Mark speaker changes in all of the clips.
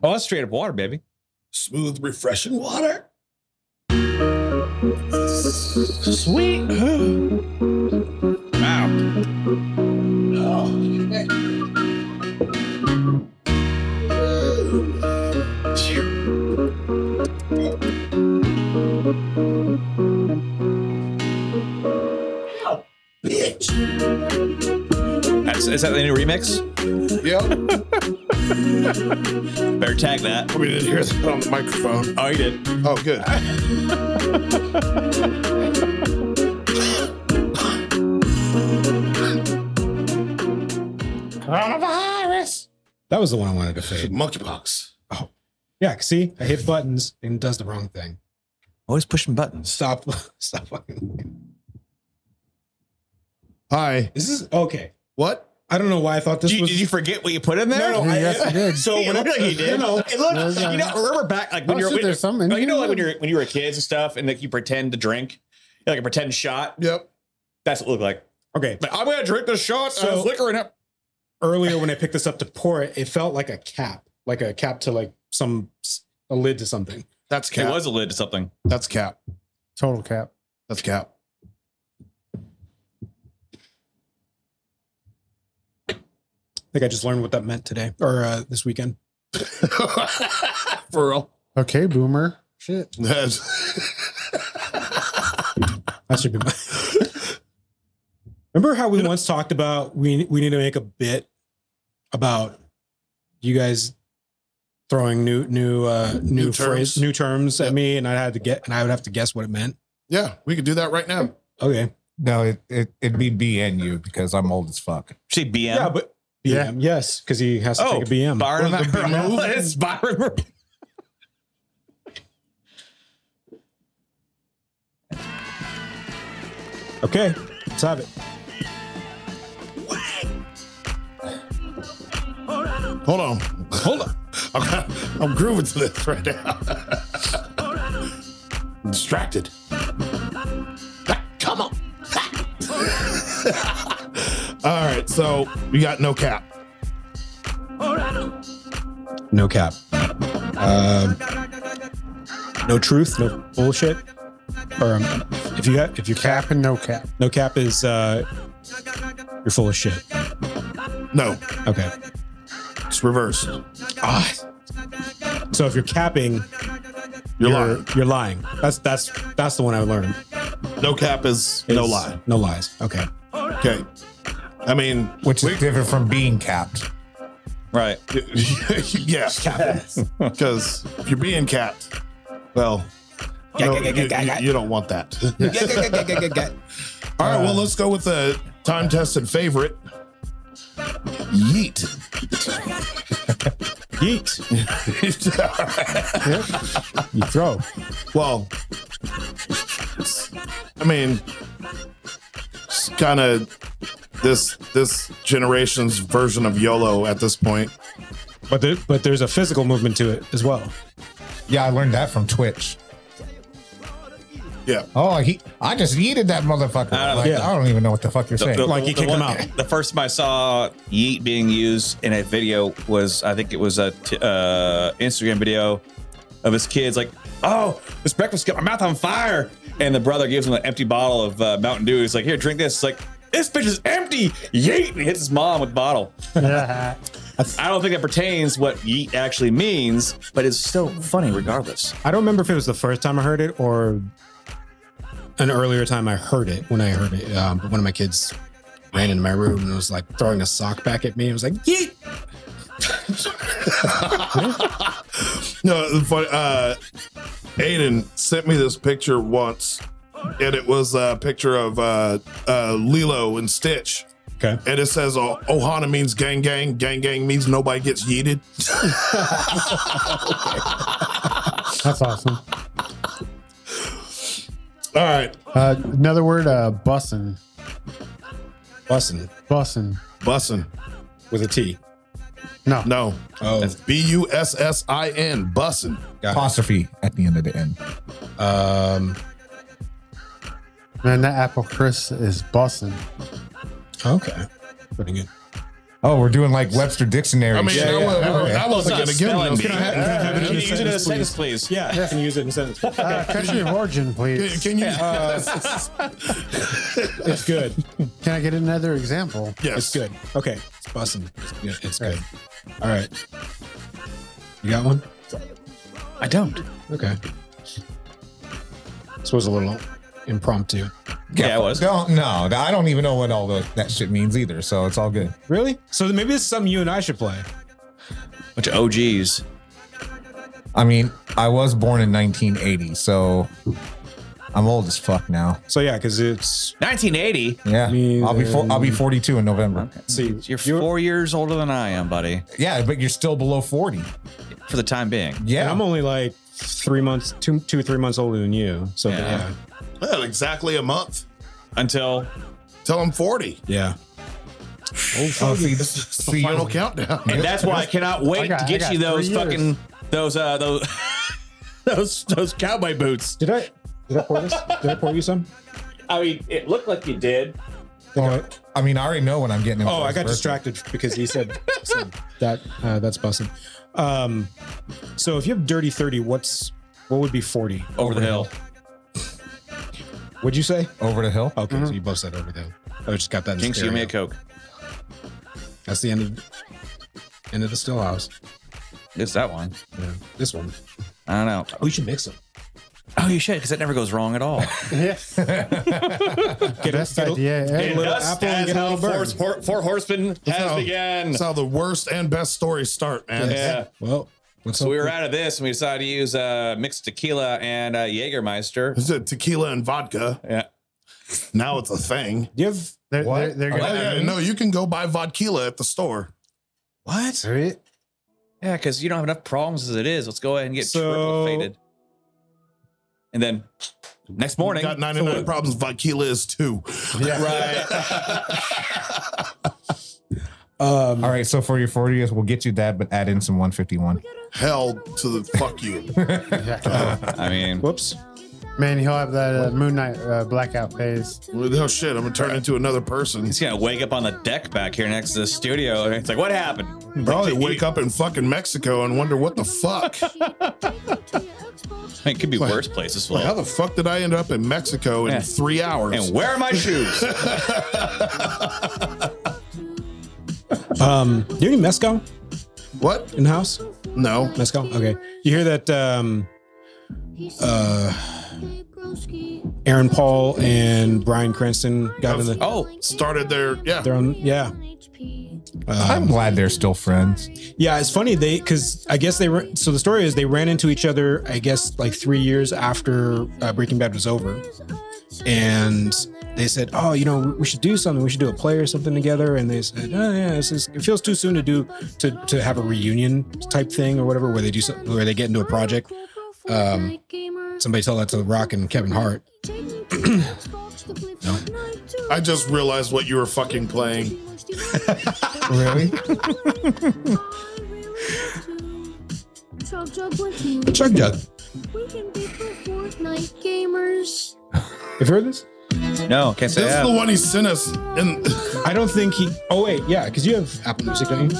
Speaker 1: Oh, that's straight up water, baby.
Speaker 2: Smooth, refreshing water.
Speaker 3: Sweet.
Speaker 1: Wow.
Speaker 2: Oh, bitch.
Speaker 1: That's, is that the new remix?
Speaker 3: Yep.
Speaker 1: Better tag that.
Speaker 3: We didn't hear that on the microphone.
Speaker 1: Oh, you did.
Speaker 3: Oh, good.
Speaker 2: Coronavirus.
Speaker 4: That was the one I wanted to fade.
Speaker 2: Monkeypox.
Speaker 4: Yeah, see, I hit buttons and does the wrong thing.
Speaker 1: Always Oh, pushing buttons.
Speaker 4: Stop, stop fucking. looking.
Speaker 3: Hi.
Speaker 4: This is okay.
Speaker 3: What?
Speaker 4: I don't know why I thought this
Speaker 1: Did you,
Speaker 4: was.
Speaker 1: did you forget what you put in there?
Speaker 4: No, no, I-
Speaker 5: Yes, I did.
Speaker 1: So when
Speaker 4: looked
Speaker 1: you did,
Speaker 4: No, no.
Speaker 1: it looked,
Speaker 5: No, it's
Speaker 1: you know,
Speaker 5: not.
Speaker 1: remember back like when
Speaker 5: Oh,
Speaker 1: you're
Speaker 5: shit,
Speaker 1: when,
Speaker 5: there's some in
Speaker 1: no, you
Speaker 5: here.
Speaker 1: know like when you're when you were kids and stuff and like you pretend to drink like a pretend shot.
Speaker 3: Yep.
Speaker 1: That's what it looked like.
Speaker 4: okay,
Speaker 1: But I'm gonna drink this shot. So, I
Speaker 4: So-
Speaker 1: was liquoring up.
Speaker 4: earlier when I picked this up to pour it, it felt like a cap, like a cap to like some a lid to something.
Speaker 3: That's cap.
Speaker 1: It was a lid to something.
Speaker 3: That's cap.
Speaker 5: Total cap.
Speaker 3: That's cap.
Speaker 4: I think I just learned what that meant today or uh, this weekend.
Speaker 3: For real.
Speaker 5: Okay, boomer. Shit.
Speaker 4: That should be my. Remember how we once talked about we we need to make a bit about you guys throwing new new uh new,
Speaker 3: New
Speaker 4: phrase
Speaker 3: terms.
Speaker 4: new terms
Speaker 3: Yeah.
Speaker 4: at me and I had to get and I would have to guess what it meant.
Speaker 3: yeah, we could do that right now.
Speaker 4: Okay.
Speaker 6: No, it, it it'd be BNU because I'm old as fuck.
Speaker 1: She BM.
Speaker 4: Yeah, but BM,
Speaker 5: Yeah.
Speaker 4: yes, because he has to
Speaker 1: Oh,
Speaker 4: take a BM.
Speaker 1: Byron
Speaker 3: We're not
Speaker 1: the
Speaker 3: gonna move.
Speaker 1: It's Byron.
Speaker 4: Okay, let's have it.
Speaker 3: Hold on. Hold on. I'm, I'm grooving to this right now. I'm distracted. Ah, Come on. Ah. All right, so we got no cap.
Speaker 4: No cap. Um, no truth, no bullshit. Or um, if you have, if you cap,
Speaker 5: Cap and no cap.
Speaker 4: no cap is uh, you're full of shit.
Speaker 3: No,
Speaker 4: Okay.
Speaker 3: it's reverse.
Speaker 4: Ah. So if you're capping,
Speaker 3: You're,
Speaker 4: you're
Speaker 3: lying.
Speaker 4: you're lying. That's that's that's the one I learned.
Speaker 3: No cap is no
Speaker 4: Is
Speaker 3: lie.
Speaker 4: No lies. Okay.
Speaker 3: Okay. I mean,
Speaker 6: Which is different from being capped.
Speaker 1: Right.
Speaker 3: yeah, because if you're being capped, well, you, don't- you- you- you don't want that. All right, well, let's go with the time-tested favorite. Yeet.
Speaker 4: Yeet.
Speaker 5: You throw.
Speaker 3: well, it's- I mean, it's kind of this this generation's version of YOLO at this point.
Speaker 4: But there, but there's a physical movement to it as well.
Speaker 6: Yeah, I learned that from Twitch.
Speaker 3: Yeah.
Speaker 6: Oh, he I just yeeted that motherfucker.
Speaker 1: I don't-
Speaker 6: Like,
Speaker 4: yeah.
Speaker 6: I don't even know what the fuck you're saying.
Speaker 4: Like, you kick
Speaker 1: one-
Speaker 4: 'em out.
Speaker 1: The first time I saw yeet being used in a video was, I think it was a t- uh, Instagram video of his kids like, oh, this breakfast got my mouth on fire. And the brother gives him an empty bottle of uh, Mountain Dew. He's like, here, drink this. It's like, this bitch is empty. Yeet. And he hits his mom with the bottle. I don't think that pertains what yeet actually means, but it's still funny regardless.
Speaker 4: I don't remember if it was the first time I heard it or an earlier time I heard it when I heard it. Um, but one of my kids ran into my room and was like throwing a sock back at me. It was like, yeet.
Speaker 3: No, the funny, uh, Aiden sent me this picture once, and it was a picture of uh, uh, Lilo and Stitch.
Speaker 4: Okay.
Speaker 3: And it says, oh, Ohana means gang gang, gang gang means nobody gets yeeted.
Speaker 5: That's awesome.
Speaker 3: All right,
Speaker 5: Uh, another word, uh, bussin.
Speaker 4: Bussin
Speaker 5: Bussin.
Speaker 3: bussin.
Speaker 4: with a T.
Speaker 5: No.
Speaker 3: No,
Speaker 4: Oh,
Speaker 3: B U S S I N, bussin.
Speaker 4: got
Speaker 6: Apostrophe at the end of the end.
Speaker 4: it. Um,
Speaker 5: Man, that apple crisp is bussin.
Speaker 4: okay. Pretty good.
Speaker 6: Oh, we're doing like Webster Dictionary.
Speaker 3: I mean,
Speaker 6: shit.
Speaker 3: I, was,
Speaker 6: Okay.
Speaker 3: I wasn't
Speaker 1: It's
Speaker 3: gonna
Speaker 1: not
Speaker 3: give
Speaker 1: spelling
Speaker 3: no.
Speaker 1: bee.
Speaker 3: Can, I have,
Speaker 1: Can you
Speaker 3: can,
Speaker 1: use it in a sentence, please?
Speaker 4: Yeah, you can use it in a sentence.
Speaker 5: Uh, country of origin, please.
Speaker 3: can you?
Speaker 4: It's good.
Speaker 5: Can I get another example?
Speaker 4: It's
Speaker 3: yes.
Speaker 4: good. Okay, it's busting. It's good. It's good. All right. You got one?
Speaker 1: I don't.
Speaker 4: Okay. This was a little impromptu.
Speaker 1: Yeah, I was.
Speaker 6: Don't no. I don't even know what all the, that shit means either. So it's all good.
Speaker 4: Really? So then maybe this is something you and I should play.
Speaker 1: Bunch of OGs.
Speaker 6: I mean, I was born in 1980, so I'm old as fuck now.
Speaker 4: So yeah, because it's
Speaker 1: 1980.
Speaker 6: Yeah,
Speaker 4: Me
Speaker 6: I'll be four, I'll be
Speaker 4: then.
Speaker 6: 42 in November.
Speaker 4: see
Speaker 1: You're 4 years older than I am, buddy.
Speaker 6: Yeah, but you're still below 40.
Speaker 1: For the time being.
Speaker 4: and
Speaker 6: Yeah,
Speaker 4: I'm only like three months, two, two, three months older than you. So
Speaker 1: Yeah.
Speaker 4: yeah,
Speaker 3: Well, exactly a month.
Speaker 1: Until
Speaker 3: Till I'm 40.
Speaker 4: yeah.
Speaker 6: oh, see,
Speaker 3: The
Speaker 6: see,
Speaker 3: final countdown.
Speaker 1: And that's why I cannot wait
Speaker 5: I got-
Speaker 1: to
Speaker 5: I
Speaker 1: get
Speaker 5: got
Speaker 1: you those
Speaker 5: three years.
Speaker 1: fucking those uh those those those cowboy boots.
Speaker 4: Did I? Did I pour this? Did I pour you some?
Speaker 1: I mean, it looked like you did.
Speaker 6: well, I mean, I already know when I'm getting. him
Speaker 4: Oh,
Speaker 6: for
Speaker 4: I
Speaker 6: his
Speaker 4: got
Speaker 6: birthday.
Speaker 4: distracted because he said, said that uh, that's busted. Um, so if you have dirty thirty, what's what would be forty?
Speaker 1: Over the hill.
Speaker 4: Would you say?
Speaker 6: over the hill.
Speaker 4: Okay, so you both said over there. I just got that. in
Speaker 1: Jinx, you
Speaker 4: stereo.
Speaker 1: me a coke.
Speaker 4: That's the end of end of the still house.
Speaker 1: It's that one.
Speaker 4: Yeah, this one.
Speaker 1: I don't know.
Speaker 4: We should mix them.
Speaker 1: Oh, you should, because it never goes wrong at all.
Speaker 5: Yes.
Speaker 4: Get
Speaker 5: Best
Speaker 4: a, get a-
Speaker 5: idea.
Speaker 4: get
Speaker 5: ever.
Speaker 4: a little apple and get a little bird.
Speaker 1: four, four horsemen
Speaker 3: how- That's how the worst and best stories start, man.
Speaker 1: Yeah.
Speaker 4: Well, let's
Speaker 1: So
Speaker 4: hope
Speaker 1: we were out of this, and we decided to use uh, mixed tequila and uh, Jägermeister.
Speaker 3: It's a tequila and vodka.
Speaker 1: Yeah.
Speaker 3: Now it's a thing.
Speaker 4: Do you have
Speaker 5: They're,
Speaker 6: What?
Speaker 5: they're, they're
Speaker 3: Oh,
Speaker 5: gonna-
Speaker 3: yeah, no, you can go buy vodka at the store.
Speaker 1: What?
Speaker 5: Sweet.
Speaker 1: Yeah, because you don't have enough problems as it is. Let's go ahead and get triple
Speaker 4: So-
Speaker 1: faded. And then next morning,
Speaker 3: Got 99 problems. Vodka is two.
Speaker 1: right?
Speaker 4: um,
Speaker 6: All right, so for your 40th, we'll get you that, but add in some 151.
Speaker 3: Hell to the fuck you.
Speaker 1: I mean,
Speaker 4: Whoops.
Speaker 5: Man, he'll have that uh, Moon Knight uh, blackout phase.
Speaker 3: oh shit, I'm gonna turn into another person.
Speaker 1: he's gonna wake up on the deck back here next to the studio, and it's like, what happened?
Speaker 3: Probably wake up in fucking Mexico and wonder what the fuck.
Speaker 1: I mean, it could be worse places.
Speaker 3: Like, how
Speaker 1: Flo.
Speaker 3: the fuck did I end up in Mexico in
Speaker 1: Yeah.
Speaker 3: three hours?
Speaker 1: And where are my shoes?
Speaker 4: Um, do you have any mezcal
Speaker 3: what?
Speaker 4: in the house?
Speaker 3: No.
Speaker 4: Mezcal. Okay. You hear that? Um, uh, Aaron Paul and Brian Cranston got in the.
Speaker 1: oh,
Speaker 3: Started there. Yeah.
Speaker 4: They're on. Yeah.
Speaker 6: I'm glad they're still friends.
Speaker 4: Yeah, it's funny they because I guess they were. So the story is they ran into each other. I guess like three years after uh, Breaking Bad was over, and they said, "Oh, you know, we should do something. We should do a play or something together." And they said, "Oh yeah, this is, it feels too soon to do to to have a reunion type thing or whatever, where they do something, where they get into a project." Um, somebody tell that to The Rock and Kevin Hart.
Speaker 3: I just realized what you were fucking playing.
Speaker 6: Really?
Speaker 4: Chug Jug.
Speaker 7: gamers.
Speaker 4: Have you heard this?
Speaker 1: no, can't say
Speaker 3: This
Speaker 1: that.
Speaker 3: is the one he sent us. And
Speaker 4: I don't think he. Oh wait, yeah, because you have Apple Music, don't you?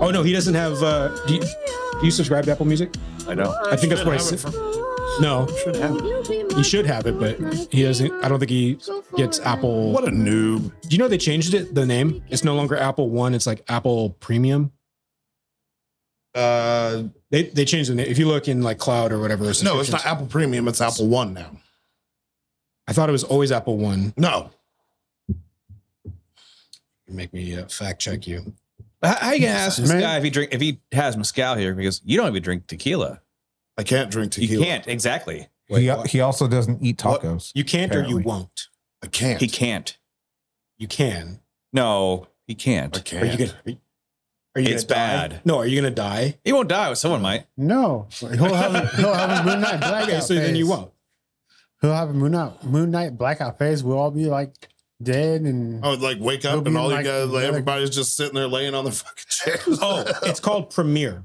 Speaker 4: Oh no, he doesn't have. Uh, do, you, do you subscribe to Apple Music?
Speaker 1: I don't.
Speaker 4: I think that's what I said. No, he should have it, but he doesn't. I don't think he gets Apple.
Speaker 3: what a noob.
Speaker 4: Do you know they changed it? The name? It's no longer Apple One. It's like Apple Premium.
Speaker 3: Uh,
Speaker 4: They they changed the name. If you look in like cloud or whatever,
Speaker 3: no, it's
Speaker 4: subscriptions-
Speaker 3: not Apple Premium. It's Apple One now.
Speaker 4: I thought it was always Apple One.
Speaker 3: No.
Speaker 4: Make me uh, fact check you.
Speaker 1: How, how you gonna ask this
Speaker 5: Man.
Speaker 1: guy if he drink if he has mezcal here? Because you don't even drink tequila.
Speaker 3: I can't drink
Speaker 1: You
Speaker 3: tequila.
Speaker 1: can't exactly.
Speaker 6: he,
Speaker 4: what?
Speaker 6: he also doesn't eat
Speaker 3: What?
Speaker 6: tacos.
Speaker 4: You can't or
Speaker 6: Apparently.
Speaker 4: you won't.
Speaker 3: I can't.
Speaker 1: He can't.
Speaker 4: You can.
Speaker 1: No, he
Speaker 3: I
Speaker 1: can't.
Speaker 3: can't.
Speaker 4: Are you gonna? Are you, are you
Speaker 1: It's
Speaker 4: gonna die?
Speaker 1: bad.
Speaker 4: No, are you gonna die?
Speaker 1: He won't die, but someone might.
Speaker 5: No, he'll have, he'll have a Moon Knight blackout
Speaker 4: Okay, so
Speaker 5: phase.
Speaker 4: then you won't.
Speaker 5: He'll have a Moon Knight, Moon Knight blackout phase. We'll all be like dead and
Speaker 3: I would like wake
Speaker 5: It'll
Speaker 3: up
Speaker 5: be
Speaker 3: and all you
Speaker 5: like
Speaker 3: guys, like
Speaker 5: another-
Speaker 3: everybody's just sitting there laying on the fucking chairs.
Speaker 4: Oh, it's called Premiere.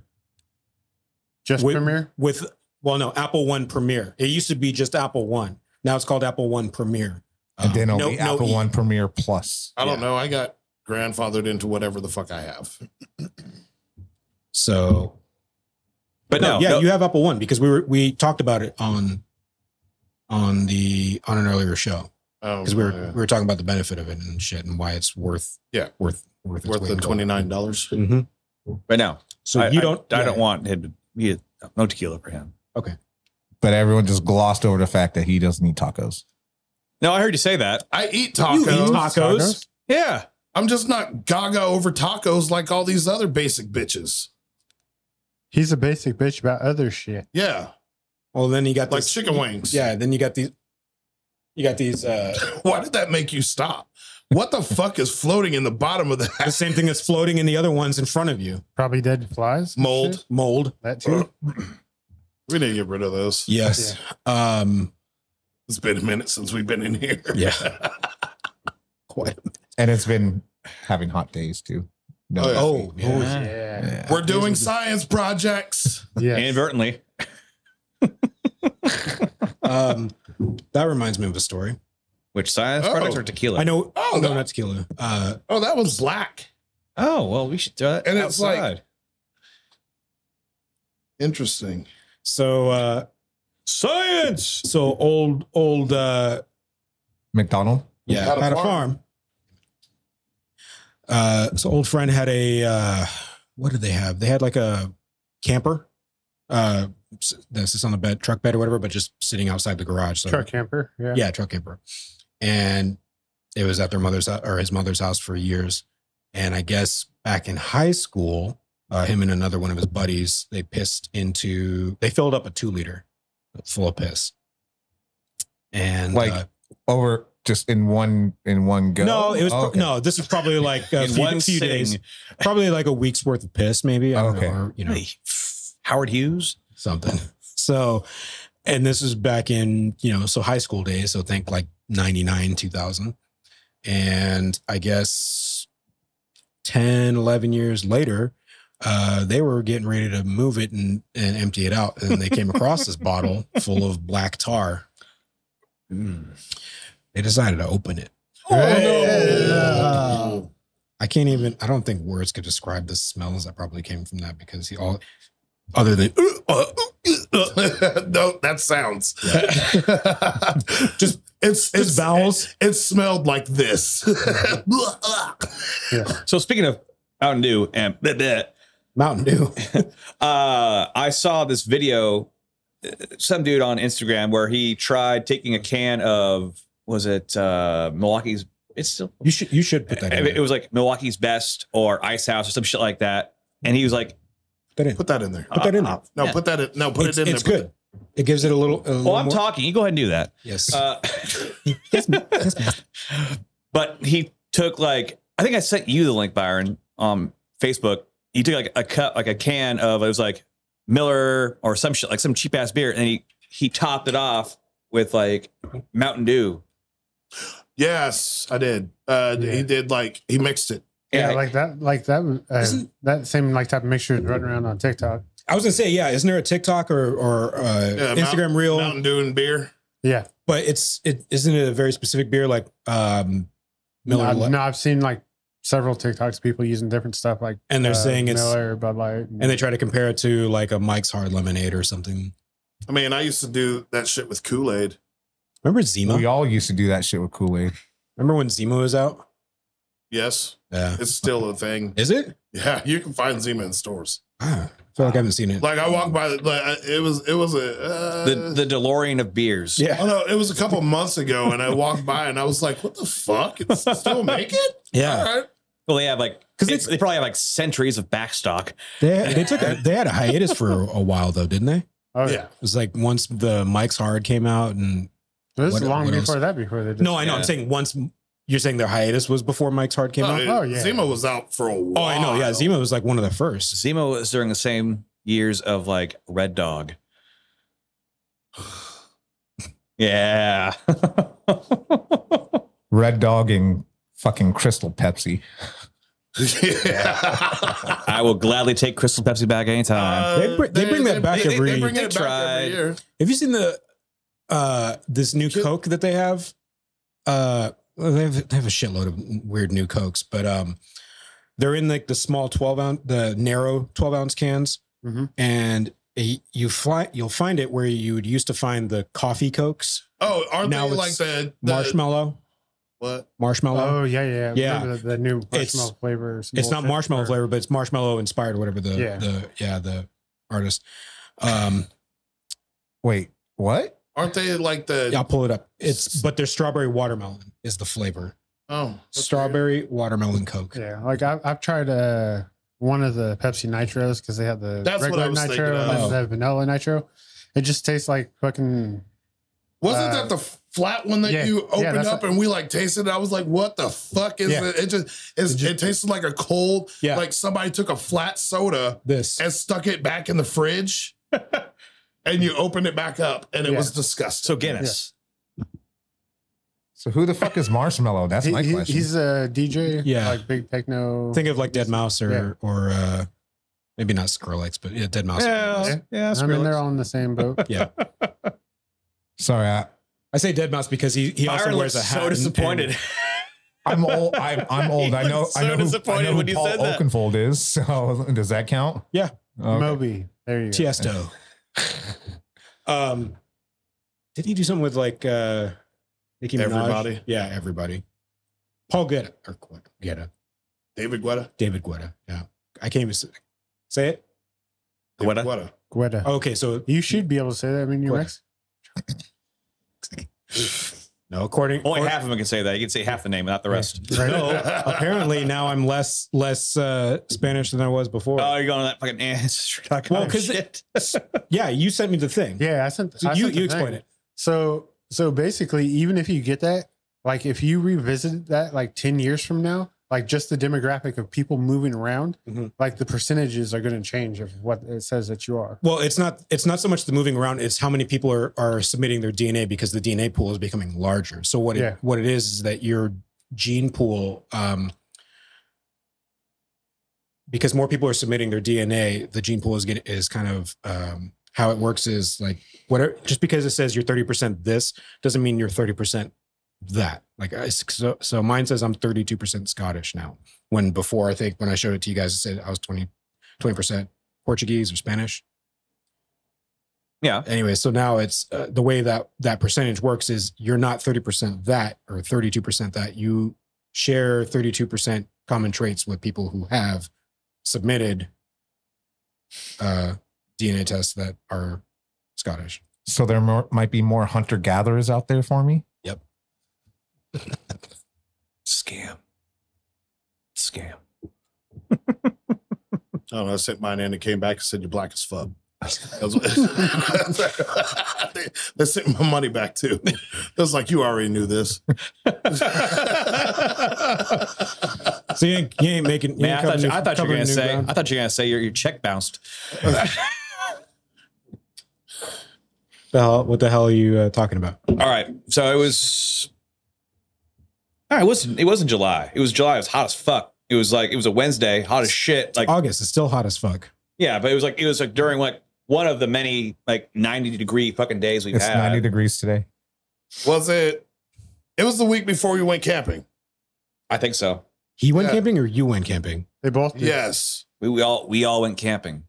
Speaker 5: just
Speaker 4: Wait-
Speaker 5: premiere.
Speaker 4: with well no apple one premiere it used to be just apple one now it's called apple one premiere
Speaker 6: And then
Speaker 4: Um,
Speaker 6: it'll
Speaker 4: no-
Speaker 6: be
Speaker 4: no
Speaker 6: Apple
Speaker 4: eat.
Speaker 6: One Premiere Plus.
Speaker 3: I don't know. I got grandfathered into whatever the fuck I have.
Speaker 4: So
Speaker 1: But no,
Speaker 4: yeah,
Speaker 1: no-
Speaker 4: you have Apple One because we were we talked about it on on the on an earlier show
Speaker 3: Um,
Speaker 4: because we were
Speaker 3: uh,
Speaker 4: we were talking about the benefit of it and shit and why it's worth
Speaker 3: Yeah.
Speaker 4: worth worth its
Speaker 3: worth
Speaker 4: weight
Speaker 3: the
Speaker 4: in gold.
Speaker 3: twenty nine dollars.
Speaker 4: Mhm.
Speaker 1: but no.
Speaker 4: So
Speaker 1: I,
Speaker 4: you
Speaker 1: I-
Speaker 4: don't
Speaker 1: I,
Speaker 4: yeah.
Speaker 1: don't want him to. He, no tequila for him.
Speaker 6: But everyone just glossed over the fact that he doesn't eat tacos.
Speaker 1: No, I heard you say that.
Speaker 3: I eat
Speaker 4: You eat
Speaker 3: tacos.
Speaker 4: tacos.
Speaker 1: Yeah.
Speaker 3: I'm just not gaga over tacos like all these other basic bitches.
Speaker 5: He's a basic bitch about other shit.
Speaker 3: Yeah,
Speaker 4: Well, then you got
Speaker 3: like
Speaker 4: this-
Speaker 3: chicken wings.
Speaker 4: Yeah, then you got these. You got these. uh
Speaker 3: Why did that make you stop? What the fuck is floating in the bottom of
Speaker 4: The
Speaker 3: that
Speaker 4: same thing that's floating in the other ones in front of you.
Speaker 5: Probably dead flies. and
Speaker 3: mold?
Speaker 5: shit.
Speaker 4: Mold.
Speaker 5: That
Speaker 3: We're
Speaker 5: too.
Speaker 3: going to get rid of those.
Speaker 4: Yes. Um.
Speaker 3: It's been a minute since we've been in here.
Speaker 4: Yeah.
Speaker 6: And it's been having hot days too. No,
Speaker 3: Oh, yeah.
Speaker 4: Oh, yeah.
Speaker 5: yeah.
Speaker 6: yeah.
Speaker 3: We're doing science projects.
Speaker 5: Yes.
Speaker 1: Inadvertently.
Speaker 4: um, that reminds me of a story.
Speaker 1: Which science
Speaker 3: Oh.
Speaker 1: products are tequila?
Speaker 4: I know.
Speaker 3: Oh,
Speaker 4: Oh, no,
Speaker 3: that-
Speaker 4: not tequila. Uh,
Speaker 3: Oh, that was black.
Speaker 1: Oh well, we should do that.
Speaker 3: And it's like- Interesting.
Speaker 4: so, uh,
Speaker 1: science.
Speaker 4: so old, old, uh,
Speaker 6: McDonald.
Speaker 4: yeah,
Speaker 3: Had
Speaker 4: had
Speaker 3: a
Speaker 4: a,
Speaker 3: farm.
Speaker 4: farm. Uh, so old friend had a, uh, what did they have? They had like a camper, uh, s- that sits on the bed, truck bed or whatever, but just sitting outside the garage. So
Speaker 5: Truck camper. Yeah.
Speaker 4: Uh-huh. yeah, truck camper. And it was at their mother's hou- or his mother's house for years. And I guess back in high school, uh, him and another one of his buddies, they pissed into, they filled up a two liter full of piss. And
Speaker 6: Like,
Speaker 4: uh,
Speaker 6: Over just in one in one go.
Speaker 4: no, it was
Speaker 6: Oh,
Speaker 4: pro-
Speaker 6: okay.
Speaker 4: no. This was probably like a
Speaker 1: In
Speaker 4: few,
Speaker 1: one
Speaker 4: few days,
Speaker 1: sitting.
Speaker 4: probably like a week's worth of piss, maybe. I don't
Speaker 6: Okay.
Speaker 4: know, or, you know,
Speaker 1: Hey, Howard Hughes.
Speaker 4: something. So, and this was back in, you know, so high school days. So think like 99, 2000. And I guess 10, 11 years later, uh, they were getting ready to move it and, and empty it out. And they came across this bottle full of black tar.
Speaker 6: Hmm.
Speaker 4: They decided to open it.
Speaker 5: Yeah.
Speaker 4: I can't even, I don't think words could describe the smells that probably came from that because he all, other than
Speaker 3: no, that sounds. just it's it's
Speaker 4: his bowels.
Speaker 3: It, smelled like this.
Speaker 1: So speaking of Mountain Dew and blah, blah,
Speaker 4: Mountain Dew.
Speaker 1: uh, I saw this video, uh, some dude on Instagram where he tried taking a can of was it uh, Milwaukee's? It's still
Speaker 4: You should, you should put that in.
Speaker 1: it was like Milwaukee's best or Ice House or some shit like that, and he was like, uh,
Speaker 4: Put that in.
Speaker 3: put that in there.
Speaker 4: Put that in there.
Speaker 3: No,
Speaker 1: Yeah.
Speaker 3: put that in. No, put
Speaker 4: it's,
Speaker 3: it in
Speaker 4: it's
Speaker 3: there.
Speaker 4: good. It gives it a little. A
Speaker 1: "Well,
Speaker 4: little
Speaker 1: Oh, I'm
Speaker 4: more-
Speaker 1: talking. You go ahead and do that."
Speaker 4: Yes.
Speaker 1: Uh, but he took like I think I sent you the link, Byron, on Facebook. He took like a cup, like a can of it was like Miller or some shit, like some cheap ass beer, and he he topped it off with like Mountain Dew.
Speaker 3: Yes, I did. Uh,
Speaker 5: Yeah.
Speaker 3: He did like he mixed it.
Speaker 5: Yeah,
Speaker 1: And I-
Speaker 5: like that, like that, uh,
Speaker 4: Isn't-
Speaker 5: that same like type of mixture is running around on TikTok.
Speaker 4: I was gonna say, yeah. Isn't there a TikTok or or uh,
Speaker 3: Yeah,
Speaker 4: Instagram reel?
Speaker 3: Mountain Dew and beer.
Speaker 5: Yeah,
Speaker 4: But it's it isn't it a very specific beer like um, Miller,
Speaker 5: No,
Speaker 4: Lite?
Speaker 5: no, I've seen like several TikToks people using different stuff, like
Speaker 4: and they're
Speaker 5: uh,
Speaker 4: saying it's
Speaker 5: Miller, Bud Light,
Speaker 4: and they try to compare it to like a Mike's Hard Lemonade or something.
Speaker 3: I mean, I used to do that shit with Kool Aid.
Speaker 4: Remember Zima?
Speaker 6: We all used to do that shit with Kool Aid.
Speaker 4: Remember when Zima was out?
Speaker 3: Yes,
Speaker 4: Yeah.
Speaker 3: it's still a thing.
Speaker 4: Is it?
Speaker 3: Yeah, you can find Zima in stores.
Speaker 4: Ah, I feel like I haven't seen it.
Speaker 3: Like I walked by, like I- it was, it was a. Uh,
Speaker 1: the the DeLorean of beers.
Speaker 3: Oh no, it was a couple months ago, and I walked by and I was like, "What the fuck? It's still make it?
Speaker 4: Yeah.
Speaker 3: All right.
Speaker 1: Well, they have like
Speaker 4: 'Cause
Speaker 1: it's-
Speaker 4: it's-
Speaker 1: they probably have like centuries of backstock.
Speaker 4: They they took a, they had a hiatus for a while though, didn't they? It
Speaker 5: oh,
Speaker 3: Yeah,
Speaker 5: yeah,
Speaker 4: was like once the Mike's Hard came out and
Speaker 5: this
Speaker 4: What-
Speaker 5: is long
Speaker 4: what else?
Speaker 5: before that. Before they did,
Speaker 4: No, I know.
Speaker 1: Yeah.
Speaker 4: I'm saying once you're saying their hiatus was before Mike's Hard came
Speaker 3: No,
Speaker 4: out.
Speaker 3: it-
Speaker 5: Oh, yeah.
Speaker 3: Zima was out for a while.
Speaker 4: Oh, I know. Yeah, Zima was like one of the first.
Speaker 1: Zima was during the same years of like Red Dog. Yeah.
Speaker 6: Red Dog and fucking Crystal Pepsi.
Speaker 3: yeah.
Speaker 1: I will gladly take Crystal Pepsi back anytime.
Speaker 3: Uh,
Speaker 4: They br- they bring that back every-
Speaker 3: bring
Speaker 1: They
Speaker 3: it back
Speaker 1: tried.
Speaker 3: every year.
Speaker 4: Have you seen the uh this new Coke that they have? Uh well, they have, they have a shitload of weird new cokes, but um, they're in like the small twelve ounce, the narrow twelve ounce cans,
Speaker 5: Mhm.
Speaker 4: and y- you fly, you'll find it where you would used to find the coffee cokes,
Speaker 3: Oh, aren't
Speaker 4: Now
Speaker 3: they
Speaker 4: it's
Speaker 3: like the, the
Speaker 4: marshmallow,
Speaker 3: What?
Speaker 4: marshmallow.
Speaker 5: Oh yeah, yeah,
Speaker 4: Yeah.
Speaker 5: Remember The, the new
Speaker 4: It's-
Speaker 5: marshmallow flavor. or some
Speaker 4: it's not
Speaker 5: bullshit?
Speaker 4: marshmallow flavor, but it's marshmallow inspired, whatever the
Speaker 5: Yeah.
Speaker 4: the yeah the artist. Um,
Speaker 6: Wait, what?
Speaker 3: Aren't they like the?
Speaker 4: I'll pull it up. It's but there's strawberry watermelon is the flavor.
Speaker 3: Oh, that's weird.
Speaker 4: Strawberry watermelon coke.
Speaker 5: Yeah, like I've, I've tried uh, one of the Pepsi nitros because they have the
Speaker 3: That's what
Speaker 5: regular
Speaker 3: I was thinking
Speaker 5: nitro
Speaker 3: of.
Speaker 5: and then
Speaker 4: Oh.
Speaker 5: they have vanilla nitro. It just tastes like fucking
Speaker 3: Wasn't
Speaker 5: uh,
Speaker 3: that the flat one that
Speaker 5: yeah,
Speaker 3: you
Speaker 5: yeah,
Speaker 3: opened
Speaker 5: that's
Speaker 3: up and we like tasted? it? I was like, what the fuck is
Speaker 4: Yeah.
Speaker 3: it? It just, it's, it tasted like a cold.
Speaker 4: Yeah.
Speaker 3: Like somebody took a flat soda
Speaker 4: This
Speaker 3: and stuck it back in the fridge, and you opened it back up, and it
Speaker 5: Yeah.
Speaker 3: was disgusting.
Speaker 1: So Guinness.
Speaker 6: So who the fuck is Marshmallow? That's
Speaker 5: he-
Speaker 6: my
Speaker 5: he-
Speaker 6: question.
Speaker 5: he's a DJ,
Speaker 4: Yeah.
Speaker 5: like big techno.
Speaker 4: Think of like Dead Mouse or
Speaker 5: Yeah.
Speaker 4: or uh maybe not Skrillex, but yeah, Dead Mouse.
Speaker 1: Yeah, yeah.
Speaker 5: I mean, they're all in the same boat.
Speaker 6: Sorry, I,
Speaker 4: I say Dead Mouse because he he also
Speaker 1: Byron
Speaker 4: wears
Speaker 1: looks
Speaker 4: a hat.
Speaker 1: so
Speaker 4: and-
Speaker 1: disappointed.
Speaker 4: and-
Speaker 6: I'm old. I'm, I'm old. I
Speaker 1: He
Speaker 6: know.
Speaker 1: was
Speaker 6: I
Speaker 1: so
Speaker 6: know. Who, I
Speaker 1: disappointed
Speaker 6: know who
Speaker 1: when you
Speaker 6: Paul
Speaker 1: said that.
Speaker 6: Oakenfold is. So does that count?
Speaker 4: Yeah.
Speaker 6: Okay.
Speaker 5: Moby, there you go.
Speaker 4: Tiesto. um, didn't he do something with like uh, Nicki Minaj?
Speaker 3: Everybody.
Speaker 4: Yeah, everybody. Paul Guetta or Qu- Guetta,
Speaker 3: David Guetta.
Speaker 4: David Guetta. Yeah, I can't even say, say it.
Speaker 3: David
Speaker 1: Guetta?
Speaker 3: Guetta.
Speaker 5: Guetta.
Speaker 4: Okay, so
Speaker 5: You should be able to say that. I mean, you're
Speaker 4: Guetta.
Speaker 5: Mexican.
Speaker 4: no, according
Speaker 1: Only half of them can say that. You can say half the name, not the rest.
Speaker 5: Oh.
Speaker 4: no, apparently now I'm less less uh, Spanish than I was before.
Speaker 1: Oh, you're going on that fucking ancestry.com.
Speaker 4: Well, 'cause
Speaker 1: shit.
Speaker 4: yeah, you sent me the thing.
Speaker 5: Yeah, I sent.
Speaker 4: So
Speaker 5: I
Speaker 4: you
Speaker 5: sent the
Speaker 4: you explain
Speaker 5: thing.
Speaker 4: it.
Speaker 5: So so basically, even if you get that, like if you revisit that like 10 years from now, like just the demographic of people moving around,
Speaker 4: Mhm.
Speaker 5: like the percentages are going to change of what it says that you are.
Speaker 4: Well, it's not it's not so much the moving around; it's how many people are are submitting their DNA because the DNA pool is becoming larger. So what
Speaker 5: Yeah.
Speaker 4: it, what it is is that your gene pool, um, because more people are submitting their DNA, the gene pool is getting is kind of um, how it works is like whatever. Just because it says you're thirty percent this doesn't mean you're thirty percent that. Like I, so, so mine says I'm thirty two percent Scottish now. When before I think when I showed it to you guys, it said I was 20 percent Portuguese or Spanish
Speaker 1: yeah.
Speaker 4: anyway so now it's uh, the way that that percentage works is you're not 30% that or 32% that you share 32% common traits with people who have submitted uh, dna tests that are scottish
Speaker 6: So there more, might be more hunter gatherers out there for me.
Speaker 1: Scam. Scam.
Speaker 3: I don't know. I sent mine in. It came back and said, "You're black as fuck." That's what- they, they sent my money back too. It was like you already knew this.
Speaker 4: so you ain't, you ain't making you
Speaker 1: Man, I thought,
Speaker 4: ain't covering
Speaker 1: you,
Speaker 4: new-
Speaker 1: I thought you were
Speaker 4: covering
Speaker 1: gonna
Speaker 4: new
Speaker 1: say.
Speaker 4: ground.
Speaker 1: I thought you were gonna say your, your check bounced.
Speaker 4: the hell, what the hell are you uh, talking about
Speaker 1: All right, so it was. All right, it wasn't it wasn't July? It was July. It was hot as fuck. It was like it was a Wednesday, hot as shit. Like
Speaker 4: august it's still hot as fuck
Speaker 1: yeah, but it was like it was like during like one of the many like ninety degree fucking days we've
Speaker 6: It's
Speaker 1: had.
Speaker 6: 90 degrees today.
Speaker 3: was it? It was the week before we went camping.
Speaker 1: I think so.
Speaker 4: he went
Speaker 3: Yeah.
Speaker 4: camping or you went camping
Speaker 5: They both do.
Speaker 3: Yes,
Speaker 1: We, we all we all went camping.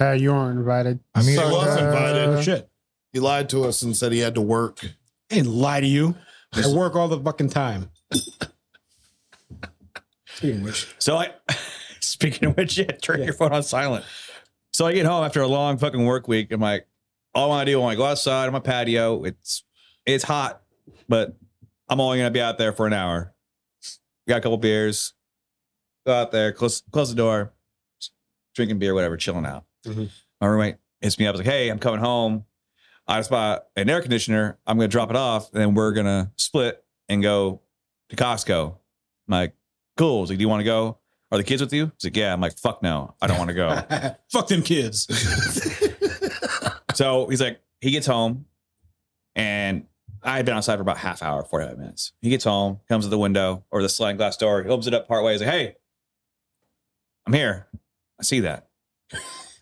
Speaker 5: Uh, you weren't invited. uh,
Speaker 6: I mean,
Speaker 3: So-
Speaker 6: it was-
Speaker 3: was
Speaker 4: Oh,
Speaker 3: invited.
Speaker 4: shit
Speaker 3: he lied to us and said he had to work.
Speaker 4: I didn't lie to you. I work all the fucking time. Speaking of which,
Speaker 1: So I, speaking of which, yeah, turn
Speaker 4: Yeah.
Speaker 1: your phone on silent. So I get home after a long fucking work week. I'm like, all I want to do, I want to go outside on my patio. It's it's hot, but I'm only gonna be out there for an hour. Got a couple beers. Go out there, close close the door, drinking beer, whatever, chilling out.
Speaker 4: Mhm.
Speaker 1: My roommate hits me up, is like, hey, I'm coming home. I just bought an air conditioner. I'm gonna drop it off, and then we're gonna split and go to Costco. I'm like, cool. He's like, do you want to go? Are the kids with you? He's like, yeah. I'm like, fuck no, I don't want to go.
Speaker 4: fuck them kids.
Speaker 1: So he's like, he gets home, and I had been outside for about half hour, 45 minutes. He gets home, comes to the window or the sliding glass door, he opens it up part way. He's like, hey, I'm here. I see that.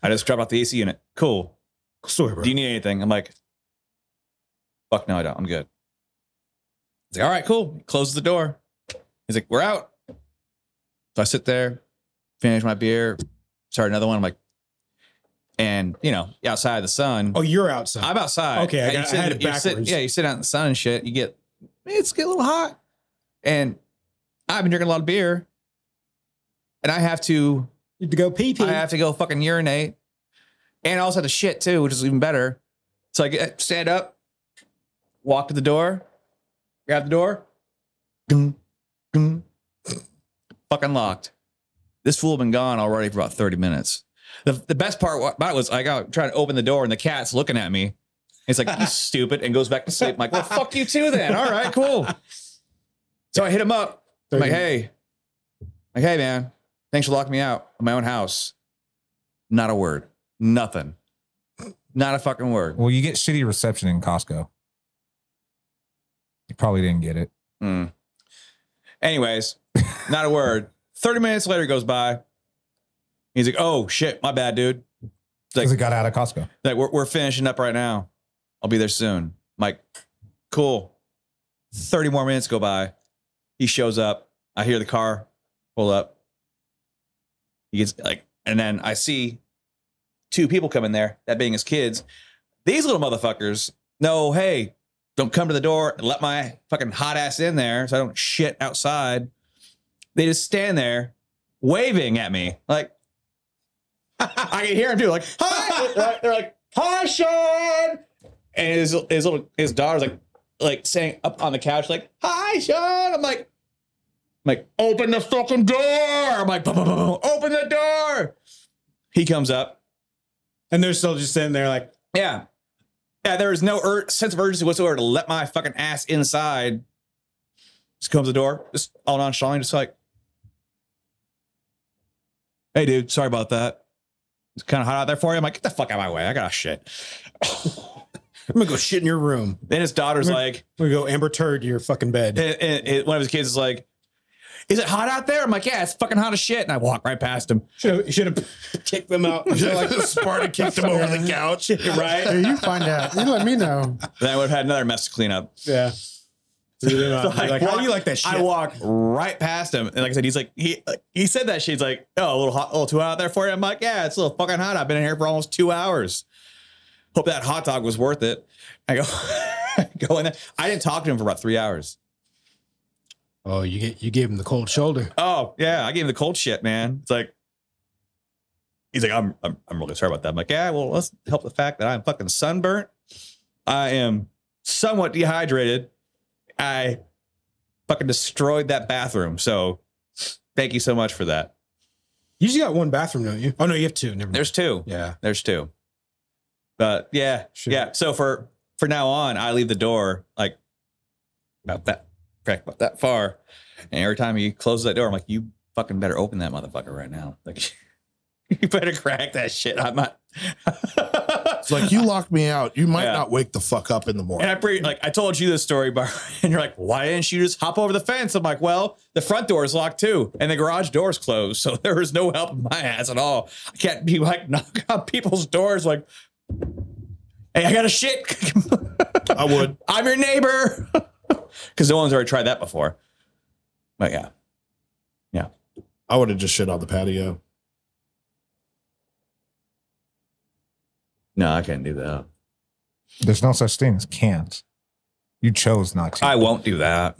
Speaker 1: I just dropped off the AC unit. Cool.
Speaker 4: Sorry, bro.
Speaker 1: Do you need anything? I'm like, fuck no, I don't. I'm good. It's like, all right, cool. He closes the door. He's like, we're out. So I sit there, finish my beer, start another one. I'm like, and you know, outside the sun.
Speaker 4: Oh, you're outside.
Speaker 1: I'm outside.
Speaker 4: Okay, I
Speaker 1: And
Speaker 4: got-
Speaker 1: you
Speaker 4: I
Speaker 1: sit-
Speaker 4: had it
Speaker 1: you sit-
Speaker 4: backwards.
Speaker 1: yeah, you sit out in the sun and shit. You get it's get a little hot, and I've been drinking a lot of beer, and I have to
Speaker 4: You have to go pee pee.
Speaker 1: I have to go fucking urinate, and I also had to shit too, which is even better. So I get stand up, walk to the door, grab the door, dun, dun, fucking locked. This fool been gone already for about thirty minutes. The, the best part wa- about it was I got trying to open the door and the cat's looking at me. It's like you stupid, and goes back to sleep. I'm like, well, fuck you too then. All right, cool. So I hit him up. I'm like, hey, like, hey, man, thanks for locking me out of my own house. Not a word, nothing, not a fucking word.
Speaker 6: Well, you get shitty reception in Costco. You probably didn't get it.
Speaker 1: Mm. Anyways, not a word. 30 minutes later goes by. He's like, oh shit, my bad, dude.
Speaker 6: Because it got out of Costco.
Speaker 1: Like, we're, we're finishing up right now. I'll be there soon. I'm like, cool. 30 more minutes go by. He shows up. I hear the car pull up. He gets like, and then I see two people come in there, that being his kids. These little motherfuckers no, hey, don't come to the door and let my fucking hot ass in there so I don't shit outside. They just stand there waving at me. Like, I can hear him too. Like, hi. They're like, hi, Sean. And his, his little his daughter's like, like saying up on the couch, like, hi, Sean. I'm like, I'm like, open the fucking door. I'm like, "Boom, boom, boom, boom. open the door. He comes up.
Speaker 4: and they're still just sitting there like,
Speaker 1: Yeah. Yeah, there is no ur- sense of urgency whatsoever to let my fucking ass inside. Just comes the door, just all nonchalant, just like, hey, dude, sorry about that. It's kind of hot out there for you. I'm like, get the fuck out of my way. I got shit.
Speaker 4: I'm gonna go shit in your room.
Speaker 1: Then his daughter's
Speaker 4: Mm.
Speaker 1: like,
Speaker 4: I'm gonna go Amber Turd to your fucking bed.
Speaker 1: and, and- and one of his kids is like, is it hot out there? I'm like, yeah, it's fucking hot as shit. And I walk right past him.
Speaker 4: Should have, should have kicked them out.
Speaker 3: Sparta kicked him over the couch.
Speaker 5: Hey,
Speaker 1: Right?
Speaker 5: you find out. You let me know.
Speaker 1: then I would have had another mess to clean up.
Speaker 4: Yeah.
Speaker 1: I
Speaker 4: like, how
Speaker 1: walk-
Speaker 4: do you like that shit?
Speaker 1: I walk right past him, and like I said, he's like he like, he said that shit. He's like, oh, a little hot, a little too hot out there for you. I'm like, yeah, it's a little fucking hot. I've been in here for almost two hours. Hope that hot dog was worth it. I go, I go in there. I didn't talk to him for about three hours.
Speaker 4: oh, you get you gave him the cold shoulder.
Speaker 1: Oh yeah, I gave him the cold shit, man. It's like he's like, I'm I'm, I'm really sorry about that. I'm like, yeah, well, let's help the fact that I'm fucking sunburnt. I am somewhat dehydrated. I fucking destroyed that bathroom. So thank you so much for that.
Speaker 4: You just got one bathroom, don't you? Oh no, you have two. Never mind.
Speaker 1: There's two.
Speaker 4: yeah.
Speaker 1: There's two. But yeah,
Speaker 4: Sure.
Speaker 1: yeah. So for for now on, I leave the door like about that crack about that far, and every time he closes that door, I'm like, you fucking better open that motherfucker right now. Like, you better crack that shit. I'm not.
Speaker 3: It's like you locked me out. You might
Speaker 1: Yeah.
Speaker 3: not wake the fuck up in the
Speaker 1: And
Speaker 3: morning.
Speaker 1: I pretty like I told you this story, Bar, and you're like, why didn't you just hop over the fence? I'm like, well, the front door is locked too, and the garage door is closed, so there is no help in my ass at all. I can't be like knocking on people's doors like, hey, I got a shit.
Speaker 3: I would.
Speaker 1: I'm your neighbor, because no one's already tried that before. But yeah,
Speaker 3: I would have just shit on the patio.
Speaker 1: no, I can't do that.
Speaker 6: There's no such thing as can't. You chose not to.
Speaker 1: I won't do that.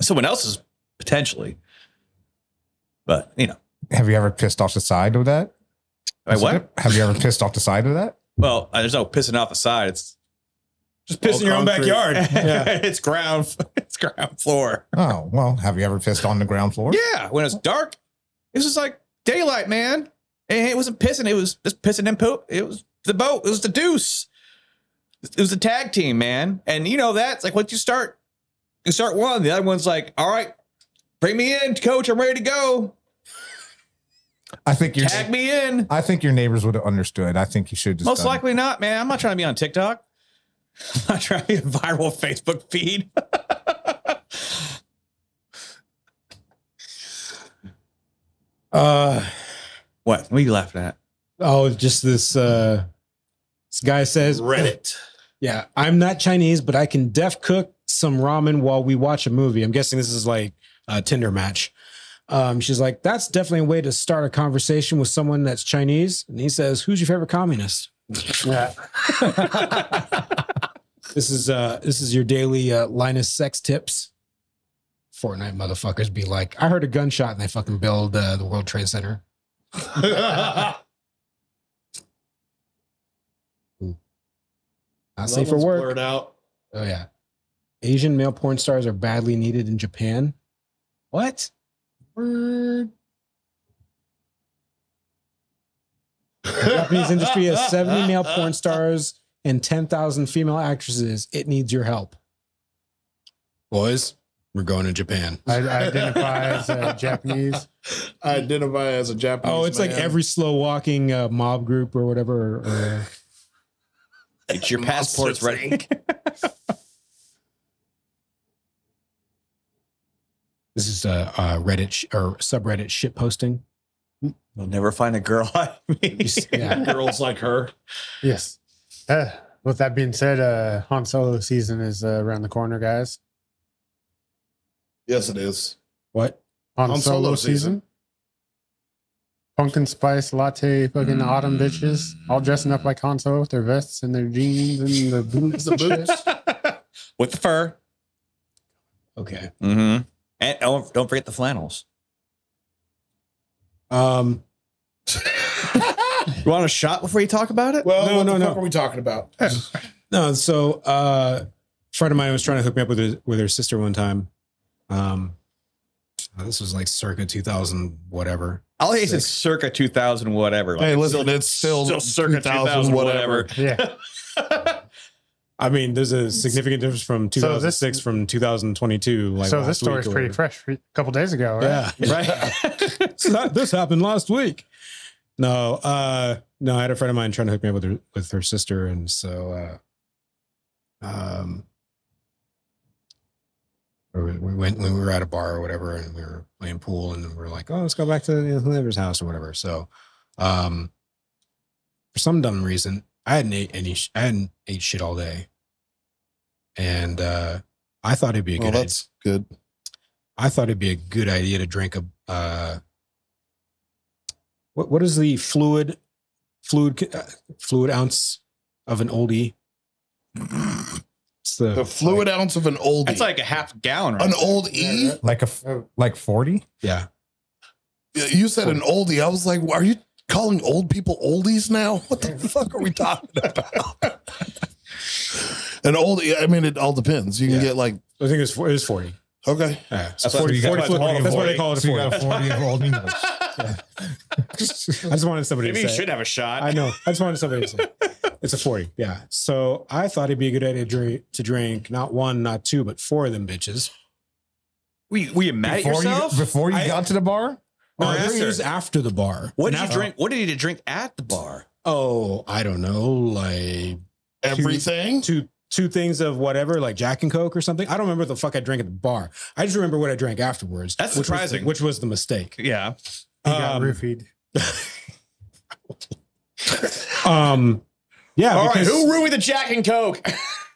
Speaker 1: Someone else's potentially, but you know,
Speaker 6: Have you ever pissed off the side of that?
Speaker 1: I
Speaker 6: That's
Speaker 1: what?
Speaker 6: it. Have you ever pissed off the side of that?
Speaker 1: Well, uh, there's no pissing off the side. It's
Speaker 4: Just piss in your own
Speaker 3: concrete.
Speaker 4: backyard.
Speaker 1: it's ground. It's ground floor.
Speaker 6: Oh, well, have you ever pissed on the ground floor?
Speaker 1: Yeah, when it's dark, it was just like daylight, man. And it wasn't pissing. It was just pissing and poop. It was the boat. It was the deuce. It was the tag team, man. And you know that's like once you start, you start one. The other one's like, all right, bring me in, coach. I'm ready to go.
Speaker 6: I think your
Speaker 1: Tag me in.
Speaker 6: I think your neighbors would have understood. I think you should just
Speaker 1: Most
Speaker 6: done it.
Speaker 1: likely not, man. I'm not trying to be on TikTok. I'm not trying to be a viral Facebook feed.
Speaker 4: Uh
Speaker 1: What? What are you laughing at?
Speaker 4: oh, just this uh this guy says
Speaker 3: Reddit.
Speaker 4: Yeah, I'm not Chinese, but I can def cook some ramen while we watch a movie. I'm guessing this is like a Tinder match. Um, she's like, that's definitely a way to start a conversation with someone that's Chinese. And he says, who's your favorite communist?
Speaker 5: Yeah.
Speaker 4: This is uh, this is your daily uh, Linus sex tips. Fortnite motherfuckers be like, I heard a gunshot and they fucking build uh, the World Trade Center. Not safe for work.
Speaker 2: Blurred out.
Speaker 4: Oh yeah. Asian male porn stars are badly needed in Japan. What? Word. The Japanese industry has 70 male porn stars and 10,000 female actresses. It needs your help. Boys, we're going to Japan.
Speaker 5: I identify as uh, Japanese.
Speaker 3: I identify as a Japanese.
Speaker 4: Oh, it's like
Speaker 3: man.
Speaker 4: every slow walking uh, mob group or whatever. or- or-
Speaker 1: It's your passport's ready.
Speaker 4: this is uh, uh, Reddit sh- or subreddit shit posting.
Speaker 1: You'll never find a girl like me.
Speaker 4: Yeah.
Speaker 2: Girls like her.
Speaker 5: Yes. Uh, with that being said, uh, Han Solo season is uh, around the corner, guys.
Speaker 3: Yes, it is.
Speaker 4: what?
Speaker 5: Han,
Speaker 3: Han
Speaker 5: Solo,
Speaker 3: Solo
Speaker 5: season.
Speaker 3: season.
Speaker 5: Pumpkin spice latte, fucking
Speaker 4: Mm.
Speaker 5: autumn bitches, all dressing up like Han Solo with their vests and their jeans and the boots.
Speaker 3: The boots.
Speaker 1: With the fur.
Speaker 4: Okay.
Speaker 1: Mm-hmm. And don't, don't forget the flannels.
Speaker 4: Um,
Speaker 1: You want a shot before you talk about it?
Speaker 3: Well,
Speaker 4: No,
Speaker 3: what
Speaker 4: no,
Speaker 3: the
Speaker 4: no.
Speaker 3: fuck are we talking about?
Speaker 4: No, so uh, a friend of mine was trying to hook me up with her, with her sister one time. Um, uh, this was like circa 2000, whatever.
Speaker 1: I'll say it's circa 2000, whatever. Like,
Speaker 3: hey, listen, it's still,
Speaker 1: still circa 2000, whatever.
Speaker 5: Yeah.
Speaker 4: I mean, there's a significant difference from
Speaker 5: So
Speaker 4: 2006
Speaker 5: this-
Speaker 4: from 2022. Like
Speaker 5: so
Speaker 4: last
Speaker 5: this story
Speaker 4: week
Speaker 5: is
Speaker 4: or
Speaker 5: pretty
Speaker 4: whatever.
Speaker 5: fresh. A couple days ago, right?
Speaker 4: Yeah.
Speaker 1: Right?
Speaker 4: So that- this happened last week. No, uh, no, I had a friend of mine trying to hook me up with her, with her sister, and so, uh, um, or we we went when we were at a bar or whatever, and we were playing pool, and we were like, "Oh, let's go back to the neighbor's house or whatever." So, um, for some dumb reason, I hadn't ate any, sh- I hadn't ate shit all day, and uh, I thought it'd be a
Speaker 3: Well,
Speaker 4: good. idea.
Speaker 3: that's good.
Speaker 4: I thought it'd be a good idea to drink a uh, what what is the fluid fluid uh, fluid ounce of an oldie? It's the,
Speaker 3: The fluid ounce of an old.
Speaker 1: That's like a half gallon, right?
Speaker 3: an old E.
Speaker 5: Yeah,
Speaker 6: Like a f-
Speaker 5: Oh.
Speaker 6: like forty.
Speaker 4: yeah.
Speaker 3: You said an oldie. I was like, are you calling old people oldies now? What the fuck are we talking about? an oldie. I mean, it all depends. You can
Speaker 4: Yeah.
Speaker 3: get like
Speaker 4: I think it was, four, it was forty.
Speaker 3: okay.
Speaker 4: Yeah, so
Speaker 1: That's what-
Speaker 4: 40,
Speaker 1: that's
Speaker 4: 40,
Speaker 1: what it's called,
Speaker 4: That's why they
Speaker 1: 40.
Speaker 4: call it a
Speaker 6: So Oh, you
Speaker 4: forty.
Speaker 6: got a forty of old English.
Speaker 4: I just wanted somebody
Speaker 1: Maybe
Speaker 4: to
Speaker 1: you
Speaker 4: say. it.
Speaker 1: should have a shot.
Speaker 4: I know. I just wanted somebody to say. it. It's a forty. Yeah. So I thought it'd be a good idea to drink, to drink not one, not two, but four of them bitches.
Speaker 1: Were you, were you mad at
Speaker 6: Before you,
Speaker 1: yourself?
Speaker 6: before you
Speaker 4: I-
Speaker 6: got to the bar,
Speaker 4: No,
Speaker 1: Or
Speaker 4: after.
Speaker 1: after.
Speaker 4: was after the bar.
Speaker 1: what
Speaker 4: And
Speaker 1: did you
Speaker 4: after-
Speaker 1: drink? What did you drink at the bar?
Speaker 4: Oh, I don't know, like
Speaker 3: Everything.
Speaker 4: two two things of whatever, like Jack and Coke or something. I don't remember the fuck I drank at the bar. I just remember what I drank afterwards.
Speaker 1: That's
Speaker 4: which was the-
Speaker 1: surprising.
Speaker 4: which was the mistake.
Speaker 1: Yeah.
Speaker 5: He got
Speaker 4: Um,
Speaker 5: roofied.
Speaker 4: Um, yeah,
Speaker 1: All right.
Speaker 4: because-
Speaker 1: Who ruined the Jack and Coke?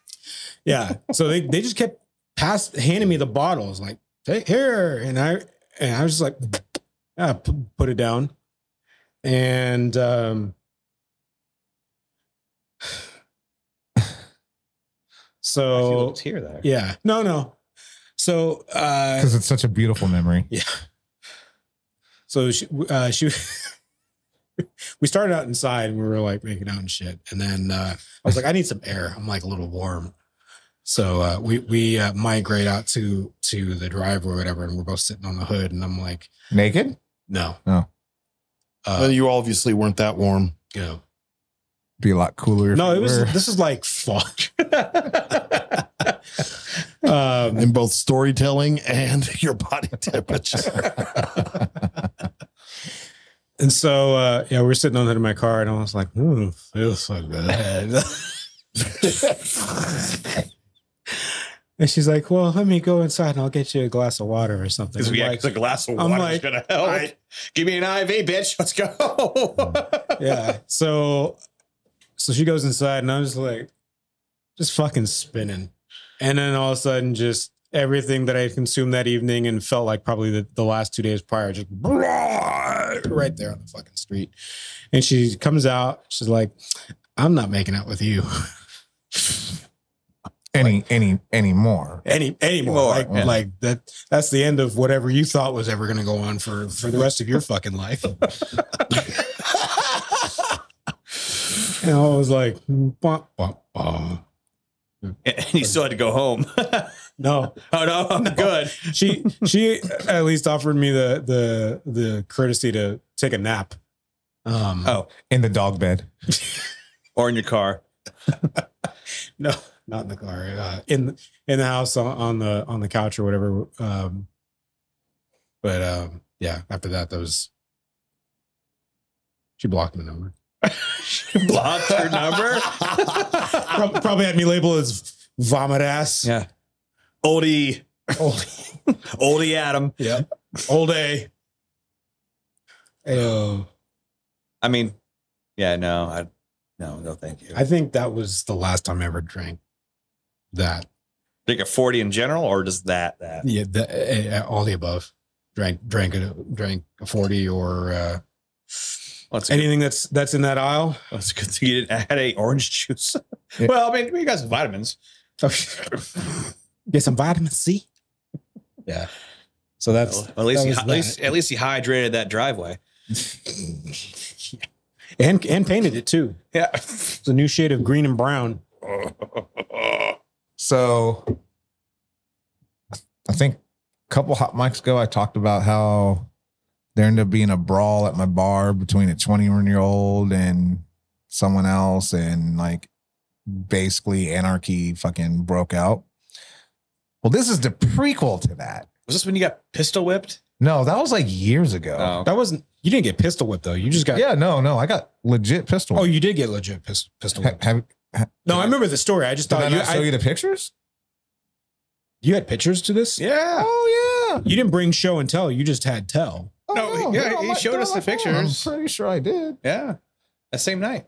Speaker 4: yeah. So they they just kept pass handing me the bottles, like take here, and I and I was just like, ah, p- put it down, and um, so
Speaker 1: tear there.
Speaker 4: yeah, no, no. So uh,
Speaker 6: because it's such a beautiful memory.
Speaker 4: So she, uh, she, we started out inside and we were like making out and shit. And then uh, I was like, I need some air. I'm like a little warm. So uh, we we uh, migrate out to to the drive or whatever, and we're both sitting on the hood. And I'm like,
Speaker 6: Naked?
Speaker 4: no,
Speaker 6: No.
Speaker 3: Well,
Speaker 4: uh,
Speaker 3: you obviously weren't that warm.
Speaker 4: you know.
Speaker 6: Be a lot cooler. if
Speaker 4: no, it was
Speaker 6: were.
Speaker 4: this is like fuck. um,
Speaker 3: in both storytelling and your body temperature.
Speaker 4: And so, uh, yeah, we were sitting on the hood of my car, and I was like, "Ooh, feels so bad." and she's like, "Well, let me go inside, and I'll get you a glass of water or something."
Speaker 1: Because
Speaker 4: I'm
Speaker 1: we
Speaker 4: like,
Speaker 1: like, a glass of
Speaker 4: I'm
Speaker 1: water
Speaker 4: like,
Speaker 1: is gonna help. Give me an IV, bitch. Let's go.
Speaker 4: yeah. So, so she goes inside, and I'm just like, just fucking spinning. And then all of a sudden, just everything that I had consumed that evening and felt like probably the, the last two days prior, just right there on the fucking street. And she comes out. She's like, I'm not making out with you
Speaker 6: Any, any, any more.
Speaker 4: any anymore.
Speaker 1: More,
Speaker 4: Like,
Speaker 6: yeah.
Speaker 4: like that that's the end of whatever you thought was ever going to go on for for the rest of your fucking life. and I was like, "Bwah, bwah, bwah."
Speaker 1: And you still had to go home.
Speaker 4: no, Uh,
Speaker 1: oh no, I'm good.
Speaker 4: she she at least offered me the the the courtesy to take a nap. Um,
Speaker 1: Oh.
Speaker 6: In the dog bed.
Speaker 1: Or in your car.
Speaker 4: no, not in the car. Uh, in in the house on, on the on the couch or whatever. Um, but um, yeah, after that, that was she blocked the number.
Speaker 1: Blocked your number.
Speaker 4: Prob- Probably had me labeled as vomit ass.
Speaker 1: yeah. Oldie.
Speaker 4: Old,
Speaker 1: Oldie Adam.
Speaker 4: yeah. Old A. Oh,
Speaker 1: I mean, yeah, no, I no, no, thank you.
Speaker 4: I think that was the last time I ever drank that.
Speaker 1: Drink a 40 in general or just that that?
Speaker 4: Yeah, the, uh, uh, all the above. Drank, drank, a, drank a forty or uh,
Speaker 1: Well, it's a good,
Speaker 4: anything that's that's in that aisle.
Speaker 1: well, it's a good thing you didn't add a orange juice.
Speaker 6: Yeah.
Speaker 1: Well, I mean, we got some vitamins.
Speaker 4: Get some vitamin C. Yeah. So that's
Speaker 1: Well, at least,
Speaker 4: that
Speaker 1: he,
Speaker 4: was
Speaker 1: at, least,
Speaker 4: that.
Speaker 1: at least he hydrated that driveway.
Speaker 4: and and painted it too.
Speaker 1: Yeah.
Speaker 4: It's a new shade of green and brown.
Speaker 6: So I think a couple hot mics ago, I talked about how there ended up being a brawl at my bar between a 21 year old and someone else. And like basically anarchy fucking broke out. Well, this is the prequel to that.
Speaker 1: Was this when you got pistol whipped?
Speaker 6: No, that was like years ago.
Speaker 1: Oh.
Speaker 4: That wasn't. You didn't get pistol whipped though. You just got.
Speaker 6: Yeah, no, no. I got legit pistol.
Speaker 4: Oh, you did get legit pis- pistol
Speaker 6: Ha-
Speaker 4: whipped.
Speaker 6: have,
Speaker 4: No, I remember the story. I just
Speaker 6: did I
Speaker 4: thought you,
Speaker 6: not show
Speaker 4: I-
Speaker 6: you the pictures?
Speaker 4: you had pictures to this.
Speaker 1: Yeah.
Speaker 6: Oh, yeah.
Speaker 4: You didn't bring show and tell. You just had tell.
Speaker 6: Oh,
Speaker 1: No, he-
Speaker 6: they're
Speaker 1: yeah,
Speaker 6: on
Speaker 1: he
Speaker 6: my-
Speaker 1: showed
Speaker 6: they're
Speaker 1: us
Speaker 6: on
Speaker 1: the
Speaker 6: my phone.
Speaker 1: pictures.
Speaker 6: I'm pretty sure I did.
Speaker 1: Yeah. That same night.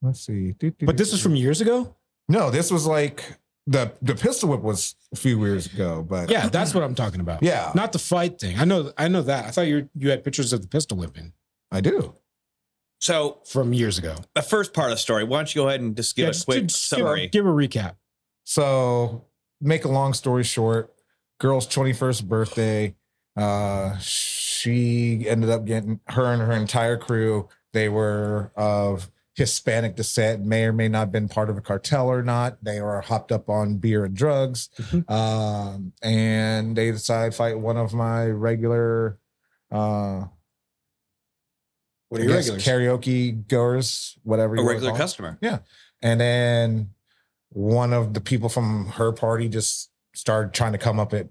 Speaker 6: Let's see.
Speaker 4: But this was from years ago.
Speaker 6: no. This was like the the pistol whip was a few years ago, but
Speaker 4: Yeah, that's what I'm talking about.
Speaker 6: yeah,
Speaker 4: Not the fight thing. I know. I know that. I thought you you had pictures of the pistol whipping
Speaker 6: I do.
Speaker 1: So
Speaker 4: from years ago.
Speaker 1: the first part of the story, why don't you go ahead and just give
Speaker 4: Yeah,
Speaker 1: a
Speaker 4: just-
Speaker 1: quick
Speaker 4: just give-
Speaker 1: summary?
Speaker 4: Give, a recap.
Speaker 6: So make a long story short, girl's twenty first birthday. Uh, she ended up getting her and her entire crew. They were of Hispanic descent, may or may not have been part of a cartel or not. They were hopped up on beer and drugs.
Speaker 4: Mhm.
Speaker 1: Mm-hmm.
Speaker 6: Um, and they decided to fight one of my regular uh
Speaker 4: What
Speaker 6: I guess karaoke goers, whatever
Speaker 1: a
Speaker 6: wanna
Speaker 1: regular
Speaker 6: call it.
Speaker 1: customer.
Speaker 6: And then one of the people from her party just started trying to come up at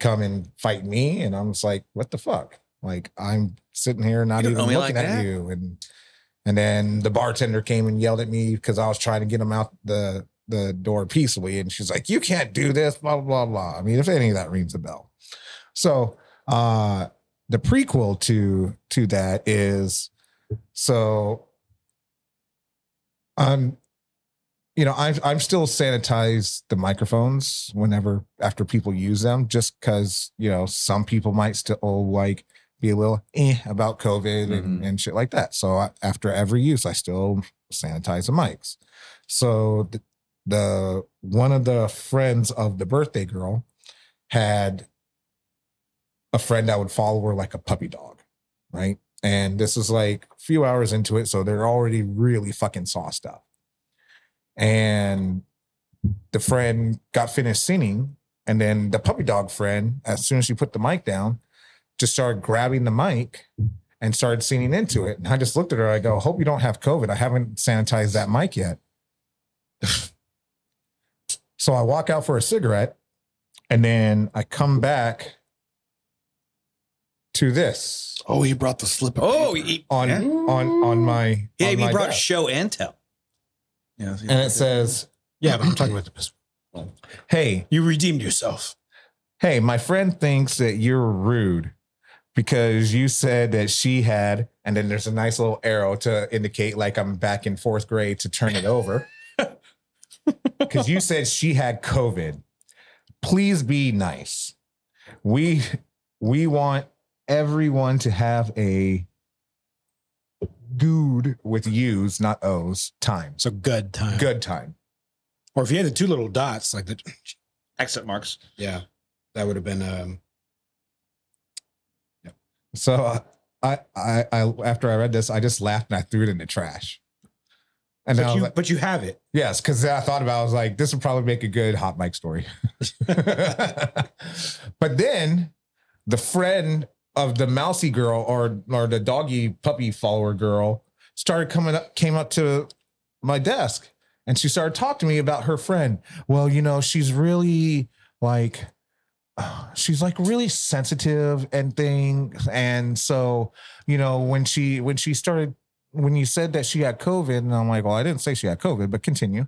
Speaker 6: come and fight me. And I'm just like, what the fuck? Like I'm sitting here not
Speaker 1: You don't
Speaker 6: even
Speaker 1: know me
Speaker 6: looking
Speaker 1: like
Speaker 6: at
Speaker 1: that.
Speaker 6: you. And and then the bartender came and yelled at me because I was trying to get him out the the door peacefully. And she's like, You can't do this, blah, blah, blah. I mean, if any of that rings a bell. So uh the prequel to to that is so I'm you know, I've I'm still sanitized the microphones whenever after people use them, just because you know some people might still like be a little eh about COVID and, and shit like that. So I, after every use, I still sanitize the mics. So the, the one of the friends of the birthday girl had a friend that would follow her like a puppy dog, right? And this is like a few hours into it, so they're already really fucking sauced up and the friend got finished singing and then the puppy dog friend as soon as she put the mic down just started grabbing the mic and started singing into it and i just looked at her i go hope you don't have covid i haven't sanitized that mic yet so i walk out for a cigarette and then i come back to this
Speaker 3: Oh, he brought the slip. of
Speaker 1: Oh,
Speaker 3: paper.
Speaker 1: he,
Speaker 6: on
Speaker 1: yeah,
Speaker 6: on on my
Speaker 1: Yeah,
Speaker 6: on
Speaker 1: he
Speaker 6: my
Speaker 1: brought
Speaker 6: desk.
Speaker 1: show and tell. Yeah,
Speaker 6: and it says
Speaker 4: Yeah, but I'm talking about the pistol.
Speaker 6: hey
Speaker 4: You redeemed yourself.
Speaker 6: hey, my friend thinks that you're rude because you said that she had, and then there's a nice little arrow to indicate like I'm back in fourth grade to turn it over. because you said she had COVID. Please be nice. We we want everyone to have a good with U's, not O's, times.
Speaker 4: So good time.
Speaker 6: Good time.
Speaker 4: Or if you had the two little dots, like the
Speaker 1: Accent marks.
Speaker 4: yeah, that would have been um
Speaker 6: So uh, I, I, I, after I read this, I just laughed and I threw it in the trash. And then I
Speaker 4: but
Speaker 6: was
Speaker 4: you,
Speaker 6: like,
Speaker 4: but you have it.
Speaker 6: yes, because I thought about, it, I was like, this would probably make a good hot mic story. but then the friend of the mousy girl or or the doggy puppy follower girl started coming up, came up to my desk, and she started talking to me about her friend. Well, you know, she's really like she's like really sensitive and things and so you know when she when she started when you said that she had covid and i'm like well i didn't say she had covid but continue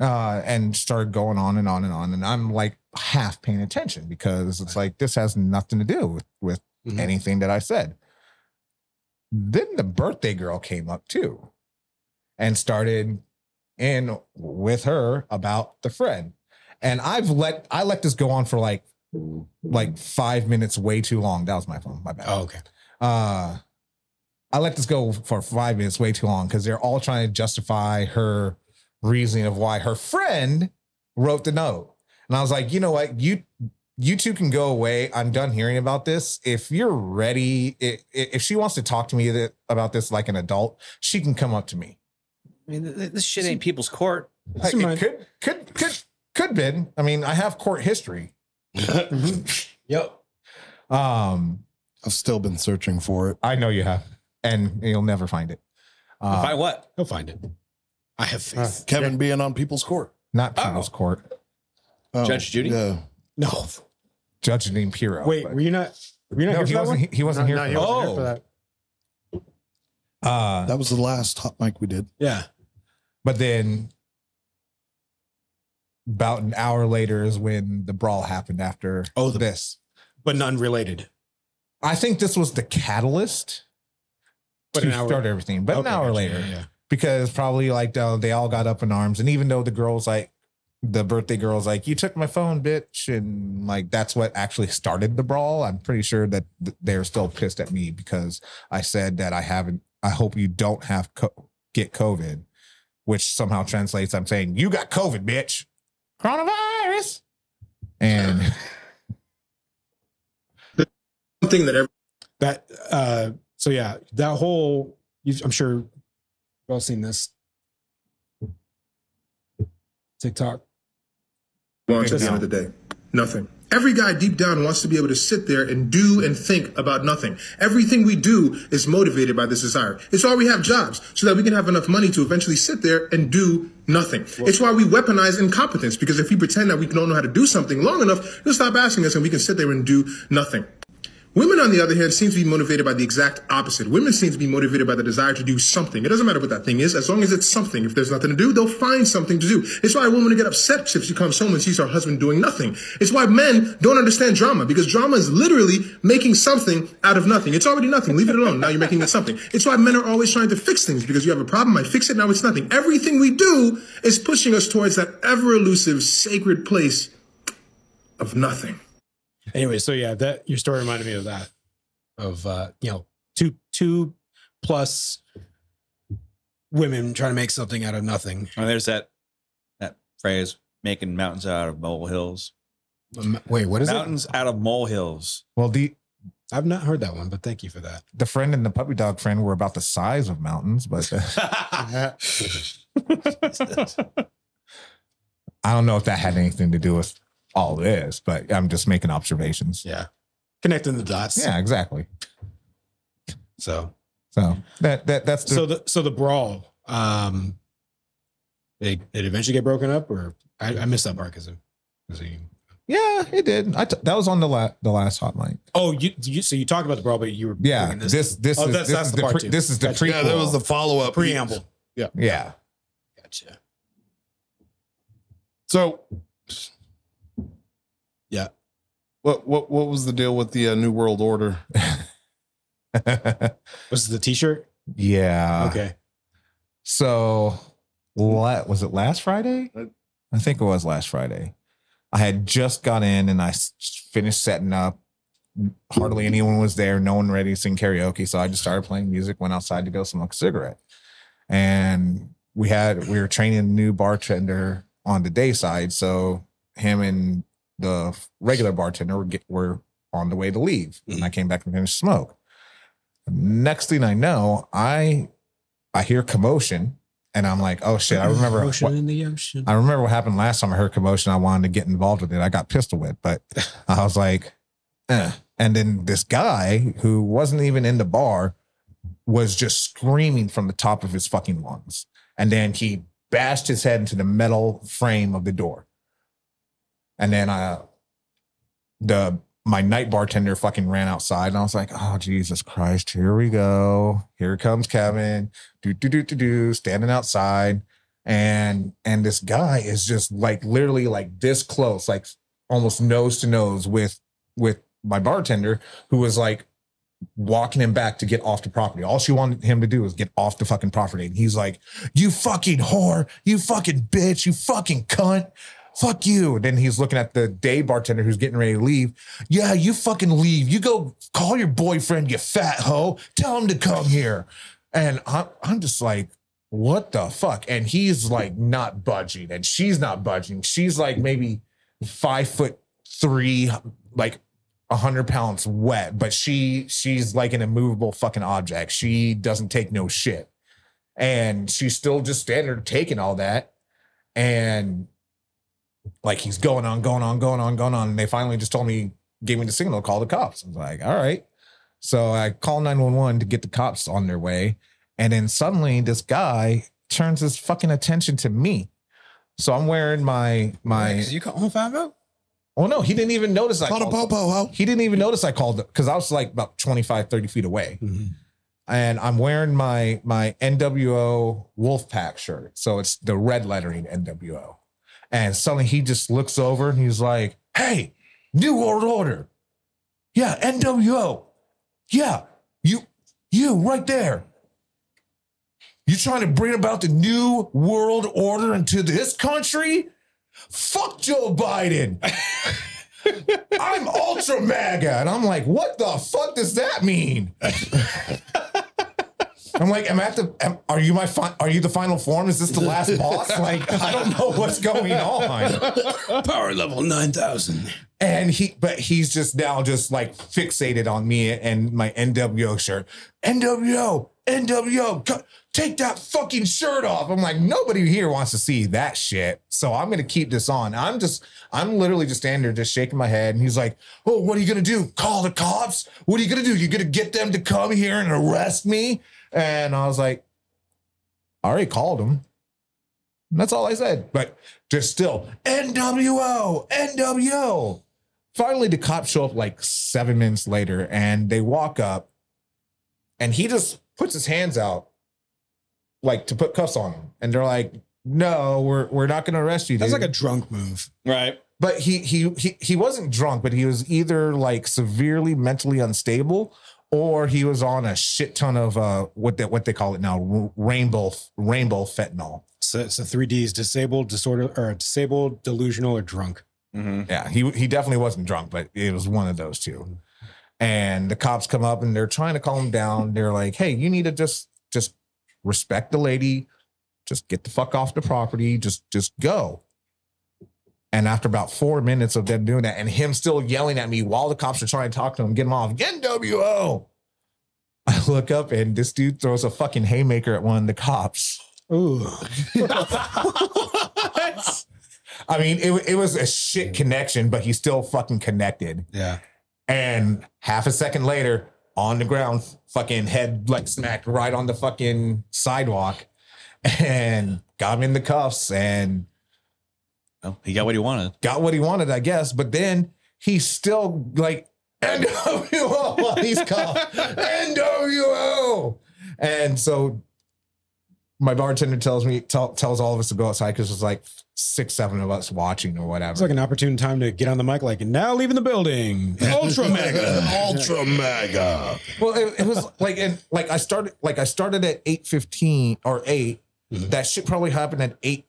Speaker 6: uh and started going on and on and on and i'm like half paying attention because it's like this has nothing to do with with
Speaker 4: Mhm.
Speaker 6: anything that i said then the birthday girl came up too and started in with her about the friend and i've let i let this go on for like like five minutes way too long. That was my phone. My bad.
Speaker 4: Oh, okay.
Speaker 6: Uh, I let this go for five minutes way too long because they're all trying to justify her reasoning of why her friend wrote the note. And I was like, you know what? You you two can go away. I'm done hearing about this. If you're ready, i- i- if she wants to talk to me that, about this like an adult, she can come up to me.
Speaker 7: I mean, th- th- this shit ain't people's court.
Speaker 6: Like,
Speaker 4: Never
Speaker 6: it
Speaker 4: mind.
Speaker 6: could could could could been. I mean, I have court history.
Speaker 4: Yep.
Speaker 6: Um,
Speaker 3: I've still been searching for it.
Speaker 6: I know you have, and you'll never find it. Uh,
Speaker 1: Find what?
Speaker 4: He'll find it. I have faith.
Speaker 5: Uh,
Speaker 3: Kevin being on People's Court.
Speaker 6: not People's Court,
Speaker 3: Oh,
Speaker 1: Judge Judy?
Speaker 3: Yeah.
Speaker 4: no.
Speaker 6: Judge named Piro.
Speaker 4: Wait,
Speaker 6: but-
Speaker 4: were you not were you not
Speaker 6: no,
Speaker 4: here for
Speaker 6: he
Speaker 4: that
Speaker 6: wasn't.
Speaker 4: one?
Speaker 6: He, he wasn't
Speaker 5: No, no,
Speaker 6: here.
Speaker 5: he
Speaker 6: for
Speaker 5: wasn't here for
Speaker 1: Oh.
Speaker 5: that.
Speaker 6: that. Uh,
Speaker 3: That was the last hot mic we did.
Speaker 4: Yeah.
Speaker 6: but then, about an hour later is when the brawl happened. After
Speaker 4: Oh, the-
Speaker 6: this,
Speaker 4: But none related.
Speaker 6: I think this was the catalyst
Speaker 4: But
Speaker 6: to
Speaker 4: an hour-
Speaker 6: start everything. But
Speaker 4: Okay,
Speaker 6: an hour
Speaker 4: gotcha.
Speaker 6: later,
Speaker 4: Yeah, yeah.
Speaker 6: because probably like uh, they all got up in arms, and even though the girls like the birthday girls like you took my phone, bitch, and like that's what actually started the brawl. I'm pretty sure that th- they're still pissed at me because I said that I haven't. I hope you don't have co- get COVID, which somehow translates. I'm saying you got COVID, bitch, coronavirus, and
Speaker 8: Something that every
Speaker 4: That uh so yeah, that whole you've, I'm sure you've all seen this. TikTok.
Speaker 8: wants at the end of the day. Nothing. Every guy deep down wants to be able to sit there and do and think about nothing. Everything we do is motivated by this desire. It's why we have jobs, so that we can have enough money to eventually sit there and do nothing. it's why we weaponize incompetence, because if we pretend that we don't know how to do something long enough, they'll stop asking us and we can sit there and do nothing. Women, on the other hand, seem to be motivated by the exact opposite. Women seem to be motivated by the desire to do something. It doesn't matter what that thing is, as long as it's something. If there's nothing to do, they'll find something to do. It's why a woman will get upset if she comes home and sees her husband doing nothing. It's why men don't understand drama, because drama is literally making something out of nothing. It's already nothing. Leave it alone. Now you're making it something. It's why men are always trying to fix things, because you have a problem, I fix it, now it's nothing. Everything we do is pushing us towards that ever elusive, sacred place of nothing.
Speaker 4: Anyway, so yeah, that your story reminded me of that. Of uh, you know, two two plus women trying to make something out of nothing.
Speaker 1: And there's that that phrase, making mountains out of molehills.
Speaker 4: Um, Wait, what is it?
Speaker 1: Mountains out of molehills.
Speaker 6: well, the
Speaker 4: I've not heard that one, but thank you for that.
Speaker 6: the friend and the puppy dog friend were about the size of mountains, but. uh, I don't know if that had anything to do with all this, but I'm just making observations.
Speaker 4: Yeah. Connecting the dots.
Speaker 6: Yeah, exactly.
Speaker 4: So
Speaker 6: So that that that's the,
Speaker 4: so the so the brawl. Um they it eventually get broken up or I, I missed that part because
Speaker 6: yeah, it did. I t- that was on the la- the last hot mic.
Speaker 4: Oh, you, you so you talked about the brawl, but you were
Speaker 6: Yeah,
Speaker 4: bringing
Speaker 6: this this this,
Speaker 4: Oh,
Speaker 6: is,
Speaker 4: that's-
Speaker 6: this
Speaker 4: that's
Speaker 6: is
Speaker 4: the
Speaker 6: the
Speaker 4: part
Speaker 6: pre-
Speaker 4: two.
Speaker 6: this is the
Speaker 4: Gotcha.
Speaker 6: prequel.
Speaker 3: Yeah, that was the follow up
Speaker 4: preamble.
Speaker 6: yeah.
Speaker 4: Gotcha.
Speaker 3: So,
Speaker 4: Yeah.
Speaker 3: What what what was the deal with the uh, New World Order?
Speaker 4: Was the t-shirt?
Speaker 6: yeah.
Speaker 4: okay.
Speaker 6: So, la- was it last Friday? I think it was last Friday. I had just got in and I s- finished setting up. Hardly anyone was there. No one ready to sing karaoke, so I just started playing music. Went outside to go smoke a cigarette, and we had we were training a new bartender on the day side. So him and the regular bartender were, get, were on the way to leave, and I came back and finished smoke. Next thing I know, I I hear commotion, and I'm like, oh shit! I remember
Speaker 4: Ocean
Speaker 6: what-
Speaker 4: in the ocean.
Speaker 6: I remember what happened last time I heard commotion. I wanted to get involved with it. I got pistol whipped, but I was like, eh. and then this guy who wasn't even in the bar was just screaming from the top of his fucking lungs. And then he bashed his head into the metal frame of the door. And then I, the my night bartender fucking ran outside and I was like, oh Jesus Christ, here we go. Here comes Kevin. Do do do do do standing outside and and this guy is just like literally like this close like almost nose to nose with with my bartender who was like walking him back to get off the property all she wanted him to do was get off the fucking property and he's like you fucking whore you fucking bitch you fucking cunt fuck you then he's looking at the day bartender who's getting ready to leave yeah you fucking leave you go call your boyfriend you fat hoe tell him to come here and i'm, I'm just like what the fuck? And he's like not budging, and she's not budging. She's like maybe five foot three, like a hundred pounds wet, but she she's like an immovable fucking object. She doesn't take no shit. And she's still just standing there taking all that. And like he's going on, going on, going on, going on. And they finally just told me, gave me the signal, call the cops. I was like, all right. So I call 911 to get the cops on their way. And then suddenly this guy turns his fucking attention to me. So I'm wearing my my
Speaker 7: Did you call him five out?
Speaker 6: oh no, he didn't even notice I
Speaker 3: Call a
Speaker 6: called him.
Speaker 3: popo, ho.
Speaker 6: He didn't even notice I called him because I was like about 25, 30 feet away. And I'm wearing my my NWO Wolfpack shirt. So it's the red lettering NWO. And suddenly he just looks over and he's like, Hey, New World Order. Yeah, NWO. Yeah, you you right there. You trying to bring about the new world order into this country? Fuck Joe Biden. I'm ultra MAGA. And I'm like, what the fuck does that mean? I'm like, am I at the, am- are you my, fi- are you the final form? Is this the last boss? Like, I don't know what's going on
Speaker 7: Power level 9,000.
Speaker 6: and he but he's just now just like fixated on me and my nwo shirt nwo nwo co- take that fucking shirt off i'm like nobody here wants to see that shit so i'm gonna keep this on i'm just i'm literally just standing there just shaking my head and he's like oh what are you gonna do call the cops what are you gonna do you gonna get them to come here and arrest me and i was like i already called them and That's all I said. But just still, NWO, NWO. Finally, the cops show up like seven minutes later and they walk up and he just puts his hands out like to put cuffs on him. And they're like, no, we're, we're not going to arrest you.
Speaker 4: That's
Speaker 6: dude."
Speaker 4: like a drunk move.
Speaker 1: Right.
Speaker 6: but he, he he he wasn't drunk, but he was either like severely mentally unstable or he was on a shit ton of uh what they, what they call it now r- rainbow rainbow fentanyl.
Speaker 4: So, so three Ds: disabled, disorder, or disabled, delusional, or drunk.
Speaker 1: Mm-hmm.
Speaker 6: Yeah, he he definitely wasn't drunk, but it was one of those two. And the cops come up and they're trying to calm him down. They're like, "Hey, you need to just just respect the lady. Just get the fuck off the property. Just just go." And after about four minutes of them doing that, and him still yelling at me while the cops are trying to talk to him, get him off, NWO. I look up and this dude throws a fucking haymaker at one of the cops.
Speaker 4: Ooh,
Speaker 6: I mean, it, wa- it was a shit connection, but he still fucking connected.
Speaker 4: yeah.
Speaker 6: And half a second later, on the ground, fucking head like smacked right on the fucking sidewalk and got him in the cuffs and
Speaker 1: Well, he got what he wanted.
Speaker 6: got what he wanted, I guess. But then he still like NWO while he's cuffed. NWO. And so my bartender tells me, tell, tells all of us to go outside because there's like six, seven of us watching or whatever.
Speaker 4: It's like an opportune time to get on the mic. Like and now, leaving the building. Ultra mega.
Speaker 3: Ultra mega.
Speaker 6: Well, it, it was like and like I started like I started at eight fifteen or 8 That shit probably happened at eight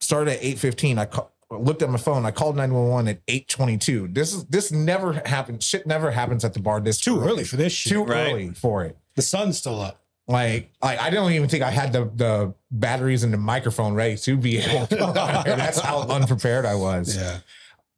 Speaker 6: started at 8:15. I ca- looked at my phone. I called 911 at 8:22. This is this never happened. Shit never happens at the bar this
Speaker 4: Too early for this shit.
Speaker 6: Too
Speaker 1: Right.
Speaker 6: early for it.
Speaker 4: The sun's still up.
Speaker 6: Like, like I don't even think I had the the batteries and the microphone ready to be able. That's how unprepared I was
Speaker 4: Yeah.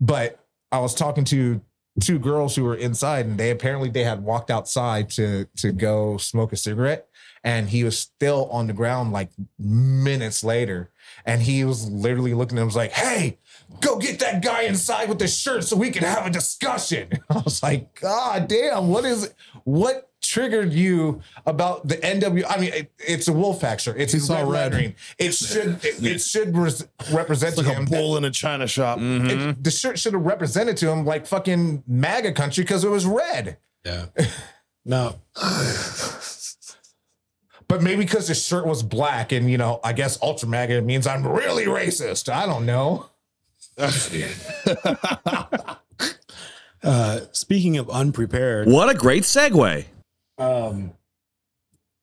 Speaker 6: but I was talking to two girls who were inside and they apparently they had walked outside to to go smoke a cigarette and he was still on the ground like minutes later and he was literally looking at him was like hey go get that guy inside with the shirt so we can have a discussion i was like god damn what is what triggered you about the nw i mean it, it's a wolf factor it's
Speaker 3: It's
Speaker 6: red
Speaker 3: all red.
Speaker 6: lettering. it should it, it should res- represent
Speaker 3: It's like a
Speaker 6: him that-
Speaker 3: bull in a china shop.
Speaker 6: it-
Speaker 4: Mm-hmm.
Speaker 6: the shirt should have represented to him like fucking MAGA country because it was red.
Speaker 4: Yeah. No.
Speaker 6: But maybe because the shirt was black and you know, I guess ultra MAGA means I'm really racist. I don't know.
Speaker 4: Uh, speaking of unprepared,
Speaker 9: What a great segue.
Speaker 4: um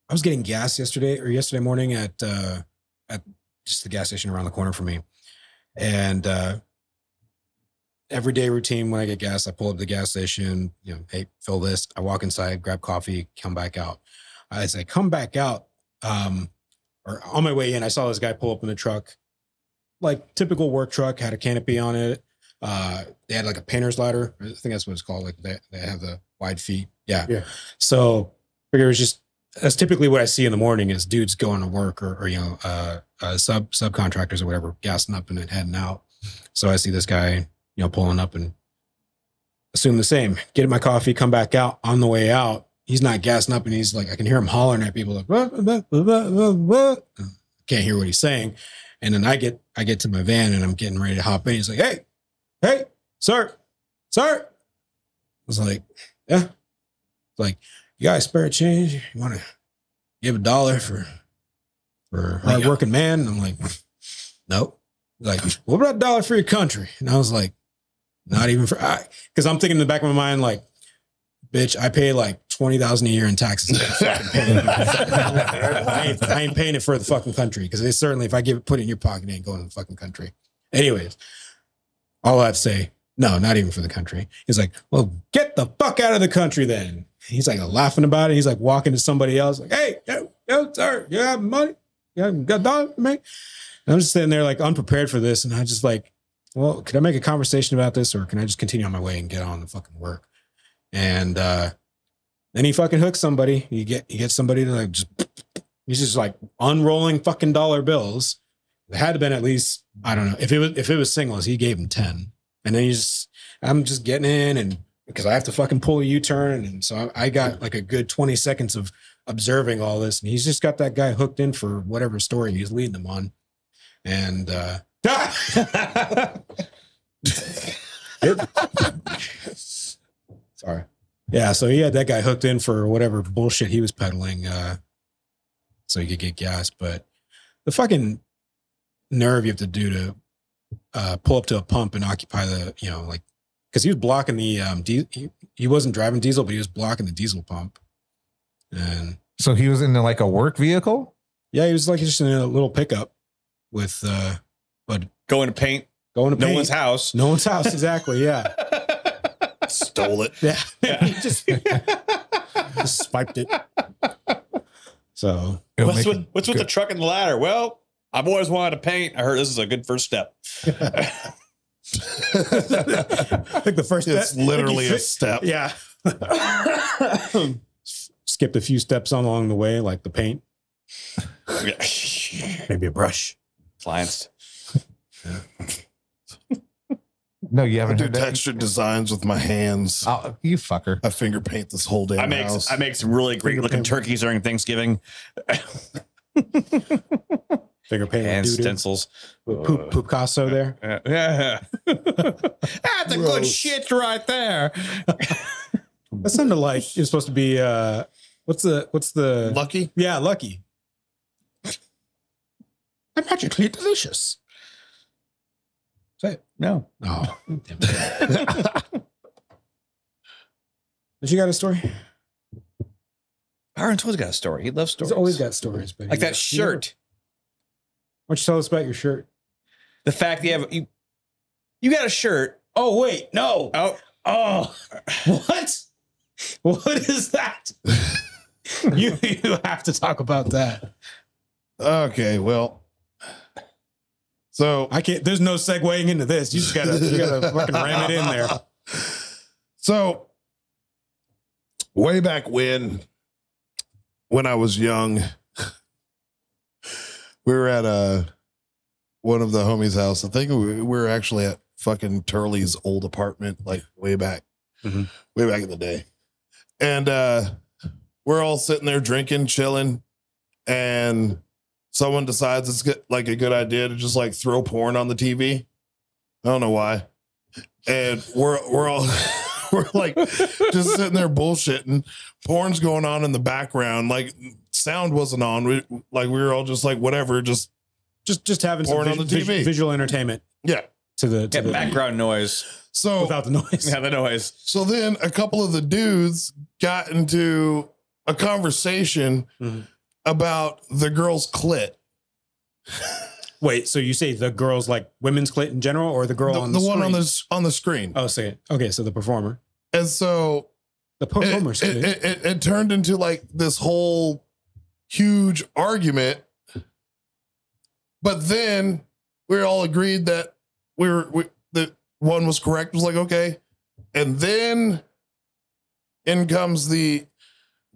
Speaker 4: i was getting gas yesterday or yesterday morning at uh at just the gas station around the corner from me and uh everyday routine when i get gas i pull up the gas station you know hey fill this i walk inside grab coffee come back out as i come back out um or on my way in i saw this guy pull up in the truck like typical work truck had a canopy on it uh they had like a painter's ladder i think that's what it's called like they, they have the wide feet yeah so figure it was just that's typically what I see in the morning is dudes going to work or, or you know uh, uh, sub subcontractors or whatever gassing up and then heading out. So I see this guy you know pulling up and assume the same. Get my coffee, come back out. On the way out, he's not gassing up and he's like I can hear him hollering at people like "Wah, wah, wah, wah, wah, wah." can't hear what he's saying. And then I get I get to my van and I'm getting ready to hop in. He's like, hey, hey, sir, sir. I was like, yeah. Like, you got a spare change? You want to give a dollar for for hard working man? And I'm like, nope. Like, what about a dollar for your country? And I was like, not even for I because I'm thinking in the back of my mind, like, bitch, I pay like twenty thousand a year in taxes. I ain't, paying- I ain't- I ain't paying it for the fucking country because they certainly if I give it put it in your pocket, it ain't going to the fucking country. Anyways, all I have to say, no, not even for the country. He's like, well, get the fuck out of the country then. He's like laughing about it. He's like walking to somebody else, like, hey, yo, yo, sir, you have money? You have- got a dollar for me? And I'm just sitting there like unprepared for this. And I just like, well, could I make a conversation about this or can I just continue on my way and get on the fucking work? And uh then he fucking hooks somebody. You get you get somebody to like just he's just like unrolling fucking dollar bills. It had to been at least, I don't know. If it was if it was singles, he gave him 10. And then he's I'm just getting in and because I have to fucking pull a U-turn. And so I, I got like a good 20 seconds of observing all this. And he's just got that guy hooked in for whatever story he's leading them on. And uh sorry. Yeah, so he had that guy hooked in for whatever bullshit he was peddling, uh so he could get gas. But the fucking nerve you have to do to uh pull up to a pump and occupy the, you know, like because he was blocking the um di- he, he wasn't driving diesel, but he was blocking the diesel pump. And
Speaker 6: So he was in like a work vehicle.
Speaker 4: yeah, he was like just in a little pickup with uh
Speaker 1: Going to paint
Speaker 4: going to
Speaker 1: no
Speaker 4: paint.
Speaker 1: one's house.
Speaker 4: No one's house, exactly. Yeah.
Speaker 3: Stole it.
Speaker 4: Yeah. he just, just swiped it. So
Speaker 6: It'll
Speaker 1: What's
Speaker 6: make
Speaker 1: with,
Speaker 6: him
Speaker 1: what's with the
Speaker 6: good.
Speaker 1: truck and the ladder? Well, I've always wanted to paint. I heard this is a good first step.
Speaker 4: I think the first
Speaker 3: It's literally a step.
Speaker 4: yeah. Skipped a few steps along the way, like the paint, maybe a brush.
Speaker 1: Clients.
Speaker 6: No, you
Speaker 3: I
Speaker 6: haven't
Speaker 3: do
Speaker 6: heard that.
Speaker 3: textured designs with my hands.
Speaker 6: Oh, you fucker.
Speaker 3: I finger paint this whole damn
Speaker 1: I make
Speaker 3: house.
Speaker 1: I make some really great looking turkeys during Thanksgiving
Speaker 4: Finger paint,
Speaker 1: and
Speaker 4: doo-doo.
Speaker 1: stencils.
Speaker 4: poop, poop Casso there.
Speaker 1: Uh, yeah, that's a good shit right there.
Speaker 4: That sounded like you're supposed to be. uh What's the what's the
Speaker 3: lucky.
Speaker 4: Yeah, lucky. I'm magically delicious. Say it.
Speaker 1: No,
Speaker 4: Oh. But you got a story?
Speaker 1: Byron Toy's got a story. He loves stories.
Speaker 4: He's always got stories, but
Speaker 1: like that shirt.
Speaker 4: Why don't you tell us about your shirt?
Speaker 1: the fact that you have you, you got a shirt. Oh wait, no. Oh, oh, what? What is that? you you have to talk about that.
Speaker 3: Okay, well. So
Speaker 4: I can't. There's no segueing into this. You just gotta, you gotta fucking ram it in there.
Speaker 3: So, way back when, when I was young, we were at a one of the homies' house. I think we we were actually at fucking Turley's old apartment, like way back,
Speaker 4: Mhm.
Speaker 3: way back in the day. And uh, we're all sitting there drinking, chilling, and someone decides it's good, like a good idea to just like throw porn on the TV. I don't know why and we're we're all we're like just sitting there bullshitting. Porn's going on in the background. Like sound wasn't on. We like we were all just like whatever. Just
Speaker 4: Just, just having some
Speaker 3: Porn on
Speaker 4: visual,
Speaker 3: the TV.
Speaker 4: visual entertainment
Speaker 3: yeah.
Speaker 4: to the, to
Speaker 1: Yeah,
Speaker 4: the
Speaker 1: background noise.
Speaker 3: So
Speaker 4: without the noise.
Speaker 1: Yeah, the noise.
Speaker 3: so then a couple of the dudes got into a conversation
Speaker 4: Mhm.
Speaker 3: about the girl's clit.
Speaker 4: Wait, so you say the girls like women's clit in general, or the girl
Speaker 3: The,
Speaker 4: on
Speaker 3: the
Speaker 4: the,
Speaker 3: one on the s-
Speaker 4: screen?
Speaker 3: on the screen.
Speaker 4: Oh, second. Okay, so the performer,
Speaker 3: And so
Speaker 4: the
Speaker 3: it,
Speaker 4: performer's
Speaker 3: it, it, it- it turned into like this whole huge argument. But then we all agreed that we were we, that one was correct. It was like okay, and then in comes the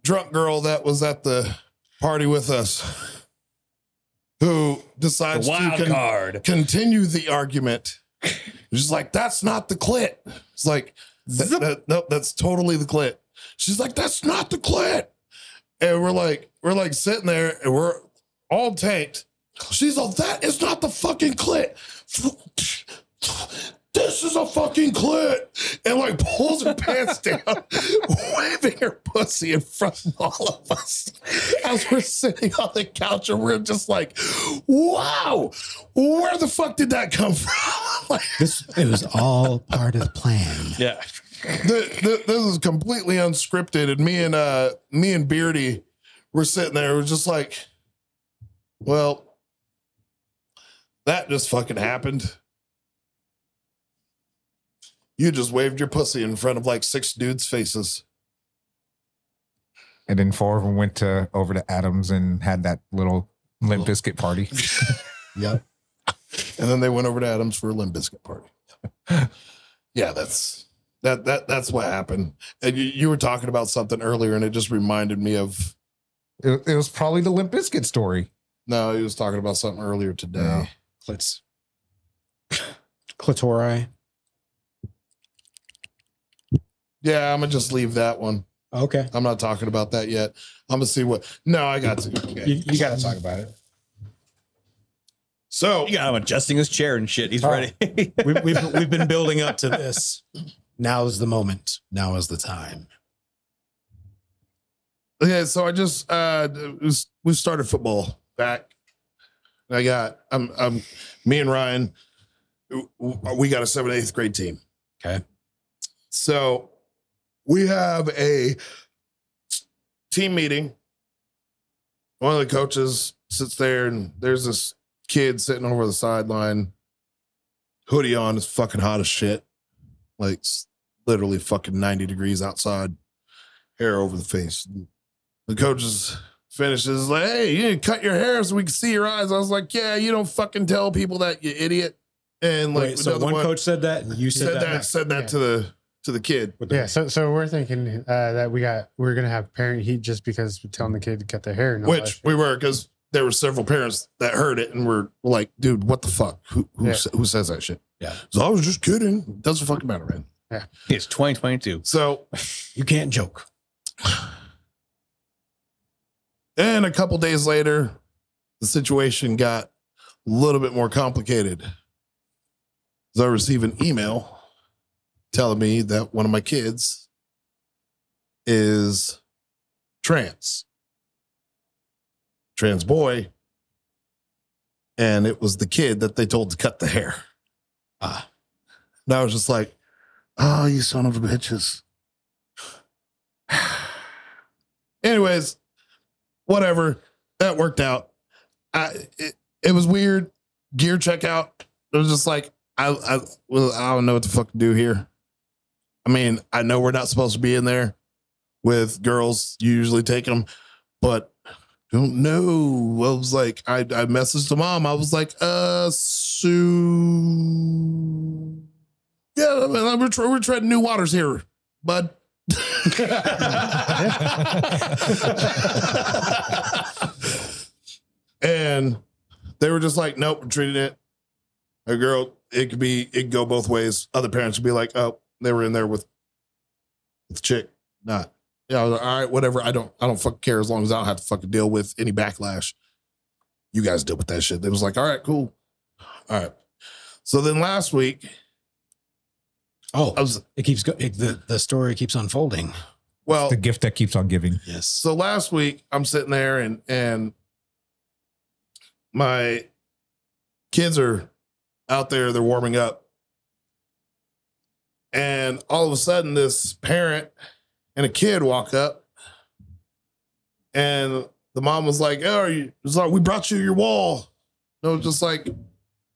Speaker 3: drunk girl that was at the party with us, who decides to con-
Speaker 1: card.
Speaker 3: continue the argument. She's like, that's not the clit. It's like, "Th- that- nope, that's totally the clit. She's like, that's not the clit. And we're like, we're like sitting there and we're all tanked. She's like, that is not the fucking clit. This is a fucking clit. And like pulls her pants down, waving her pussy in front of all of us as we're sitting on the couch and we're just like, wow, where the fuck did that come from? like,
Speaker 4: This it was all part of the plan.
Speaker 1: Yeah.
Speaker 3: th- th- this is completely unscripted, and me and uh, me and Beardy were sitting there. We're just like, well, that just fucking happened. You just waved your pussy in front of like six dudes' faces.
Speaker 6: And then four of them went to over to Adams and had that little limp biscuit party.
Speaker 3: Yep. and then they went over to Adams for a Limb Biscuit party. yeah, that's that that that's what happened. And you, you were talking about something earlier, and it just reminded me of
Speaker 6: It, it was probably the limp biscuit story.
Speaker 3: no, he was talking about something earlier today.
Speaker 6: Yeah.
Speaker 4: Clits, clitori.
Speaker 3: Yeah, I'm gonna just leave that one.
Speaker 4: Okay,
Speaker 3: I'm not talking about that yet. I'm gonna see what. No, I got to. Okay.
Speaker 4: you, you got to talk about it.
Speaker 3: So
Speaker 1: You got him adjusting his chair and shit.
Speaker 9: Oh.
Speaker 1: He's ready.
Speaker 4: We, we've we've been building up to this. Now's the moment. Now is the time.
Speaker 3: yeah, so I just uh it was, we started football back. I got I'm I'm me and Ryan. We got a seventh eighth grade team.
Speaker 4: Okay.
Speaker 3: So we have a team meeting. One of the coaches sits there, and there's this kid sitting over the sideline, hoodie on, is fucking hot as shit. Like s- literally fucking 90 degrees outside, hair over the face. The coach is finishes like, hey, you didn't cut your hair so we can see your eyes. I was like, yeah, you don't fucking tell people that, you idiot. And like
Speaker 4: Wait, so
Speaker 3: another
Speaker 4: one, coach said that, and you said,
Speaker 3: said that said that
Speaker 5: Yeah.
Speaker 3: to the to the kid.
Speaker 4: with the-
Speaker 5: Yeah, so so we're thinking uh, that we got we're gonna have parent heat just because we're telling the kid to cut their hair. And all
Speaker 3: which we were because there were several parents that heard it and were like, "Dude, what the fuck? Who who,
Speaker 5: Yeah.
Speaker 3: sa- who says that shit?"
Speaker 4: Yeah.
Speaker 3: so I was just kidding. Doesn't fucking matter, man.
Speaker 1: it's 2022.
Speaker 3: So
Speaker 4: you can't joke.
Speaker 3: and a couple days later, the situation got a little bit more complicated. So I receive an email telling me that one of my kids is trans, trans boy, and it was the kid that they told to cut the hair. Ah, and I was just like, "Oh, you son of a bitches." Anyways, whatever. That worked out. I it, it was weird. Gear checkout. it was just like I, I well, I don't know what the fuck to do here. I mean, I know we're not supposed to be in there with girls. You usually take them, but I don't know. I was like, I, I messaged the mom. I was like, uh, Sue. Yeah, I mean, we're, tre- we're treading new waters here, bud. and they were just like, nope, we're treating it a girl, it could be it could go both ways. Other parents would be like, oh, they were in there with with the chick, not. Yeah, I was like, all right, whatever. I don't I don't fuck care as long as I don't have to fucking deal with any backlash. You guys deal with that shit. They was like, all right, cool. All right. So then last week,
Speaker 4: Oh,
Speaker 3: I was
Speaker 4: it keeps go- it, the the story keeps unfolding.
Speaker 3: well
Speaker 6: The gift that keeps on giving.
Speaker 4: Yes.
Speaker 3: So last week I'm sitting there and and my kids are out there, they're warming up. And all of a sudden this parent and a kid walk up and the mom was like, Oh, are you it's like we brought you your wall. No, just like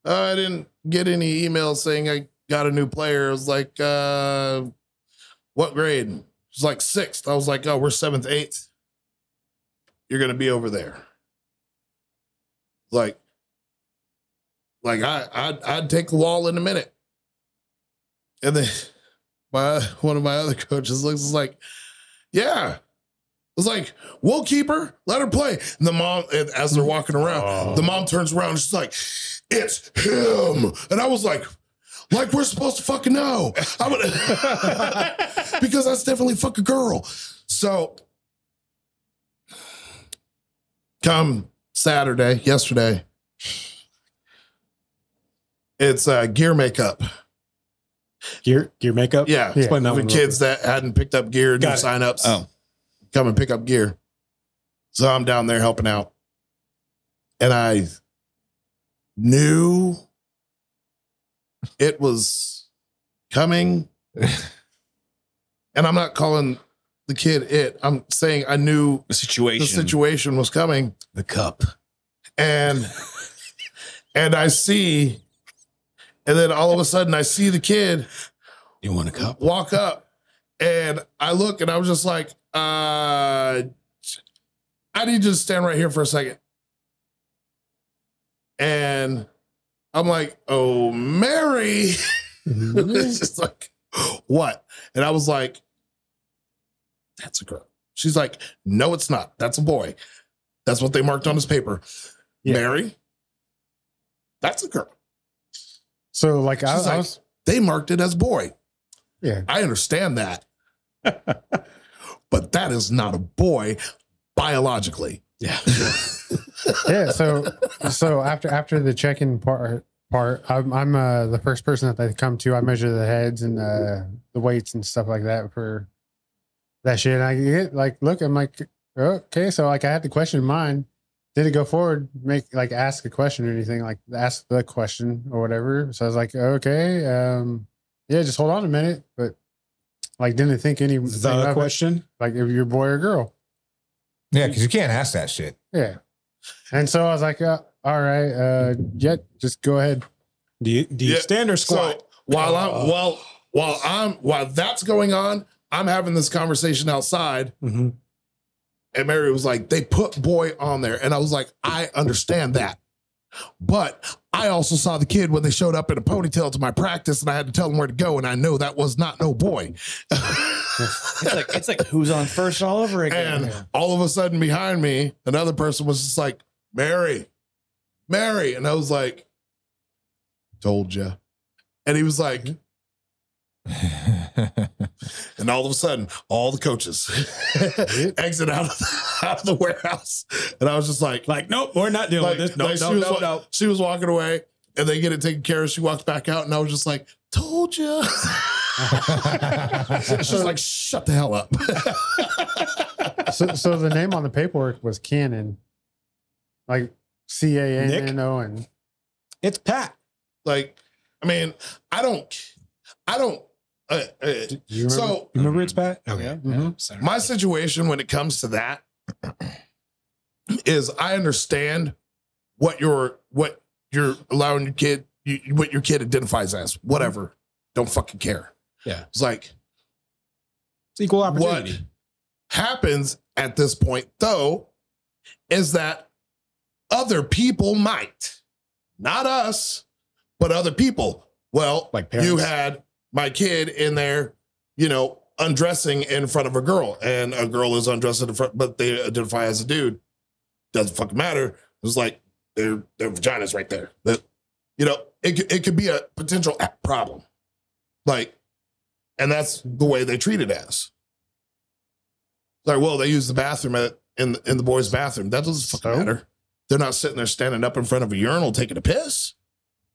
Speaker 3: "Oh, I didn't get any emails saying I got a new player. It was like, uh, what grade? She's like sixth. I was like, oh, we're seventh, eighth. You're gonna be over there. Like, like I, I'd, I'd take the wall in a minute. And then my one of my other coaches looks is like, yeah. It's like we'll keep her, let her play. And the mom, and as they're walking around, the
Speaker 4: Oh.
Speaker 3: mom turns around. And she's like, "It's him," and I was like, "Like we're supposed to fucking know." I'm gonna- because that's definitely fuck a girl. So come Saturday, yesterday, it's uh, gear makeup.
Speaker 4: Gear gear makeup.
Speaker 3: Yeah,
Speaker 4: Explain that
Speaker 3: the
Speaker 4: one real
Speaker 3: kids that hadn't picked up gear, new
Speaker 4: Got it.
Speaker 3: signups,
Speaker 1: Oh.
Speaker 3: come and pick up gear. So I'm down there helping out, and I knew it was coming. and I'm not calling the kid it. I'm saying I knew
Speaker 1: The situation.
Speaker 3: the situation was coming
Speaker 4: The cup.
Speaker 3: and and I see, and then all of a sudden I see the kid
Speaker 4: You want a cup?
Speaker 3: walk up, and I look, and I was just like, uh, I need you to stand right here for a second, and I'm like, oh Mary, it's just like what, and I was like, that's a girl. She's like, no, it's not. That's a boy. That's what they marked on his paper. Mary, that's a girl.
Speaker 5: So like I,
Speaker 3: She's
Speaker 5: I
Speaker 3: like-
Speaker 5: was
Speaker 3: They marked it as boy.
Speaker 5: yeah.
Speaker 3: I understand that. but that is not a boy biologically.
Speaker 4: Yeah.
Speaker 5: yeah so so after after the check-in part part i'm, I'm uh, the first person that they come to i measure the heads and uh, the weights and stuff like that for that shit and i get like look i'm like okay so like i had to question mine did it go forward make like ask a question or anything like ask the question or whatever so i was like okay um yeah just hold on a minute but like didn't think any
Speaker 4: The question.
Speaker 5: like if you're boy or girl
Speaker 6: Yeah, because you can't ask that shit.
Speaker 5: yeah. And so I was like, uh, all right, uh, yeah, just go ahead.
Speaker 4: Do you do you
Speaker 3: Yeah.
Speaker 4: stand or squat?
Speaker 3: So while I'm while while I'm while that's going on, I'm having this conversation outside.
Speaker 4: hmm
Speaker 3: And Mary was like, they put boy on there. And I was like, I understand that. But I also saw the kid when they showed up in a ponytail to my practice and I had to tell them where to go. And I know that was not no boy.
Speaker 9: It's like it's like who's on first all over again.
Speaker 3: And all of a sudden, behind me, another person was just like, Mary, Mary. And I was like, told you. And he was like, and all of a sudden, all the coaches exit out of, out of the warehouse. And I was just like,
Speaker 4: Like, nope, we're not dealing
Speaker 3: like,
Speaker 4: with this. No,
Speaker 3: like
Speaker 4: no,
Speaker 3: she, was,
Speaker 4: no,
Speaker 3: wa-
Speaker 4: no.
Speaker 3: she was walking away and they get it taken care of. She walks back out. And I was just like, told you. She's like, shut the hell up.
Speaker 5: So, so the name on the paperwork was Canon, like C A N N O N.
Speaker 4: It's Pat.
Speaker 3: Like, I mean, I don't, I don't. Uh, uh,
Speaker 5: You remember?
Speaker 3: so
Speaker 4: You remember it's Pat? Okay.
Speaker 9: mm-hmm.
Speaker 5: Mhm.
Speaker 4: Sorry.
Speaker 3: my situation when it comes to that is I understand what you're what you're allowing your kid you, what your kid identifies as, whatever. Don't fucking care.
Speaker 4: Yeah.
Speaker 3: It's like
Speaker 4: It's equal
Speaker 3: what
Speaker 4: opportunity.
Speaker 3: happens at this point, though, is that other people might, not us, but other people. Well,
Speaker 4: Like parents.
Speaker 3: you had my kid in there, you know, undressing in front of a girl, and a girl is undressing in front, but they identify as a dude. Doesn't fucking matter. It's like their their vagina's right there. That you know, it could- it could be a potential a- problem, like, and that's the way they treat it as. Like, well, they use the bathroom at, in in the boys' bathroom. That doesn't fucking matter. They're not sitting there standing up in front of a urinal taking a piss.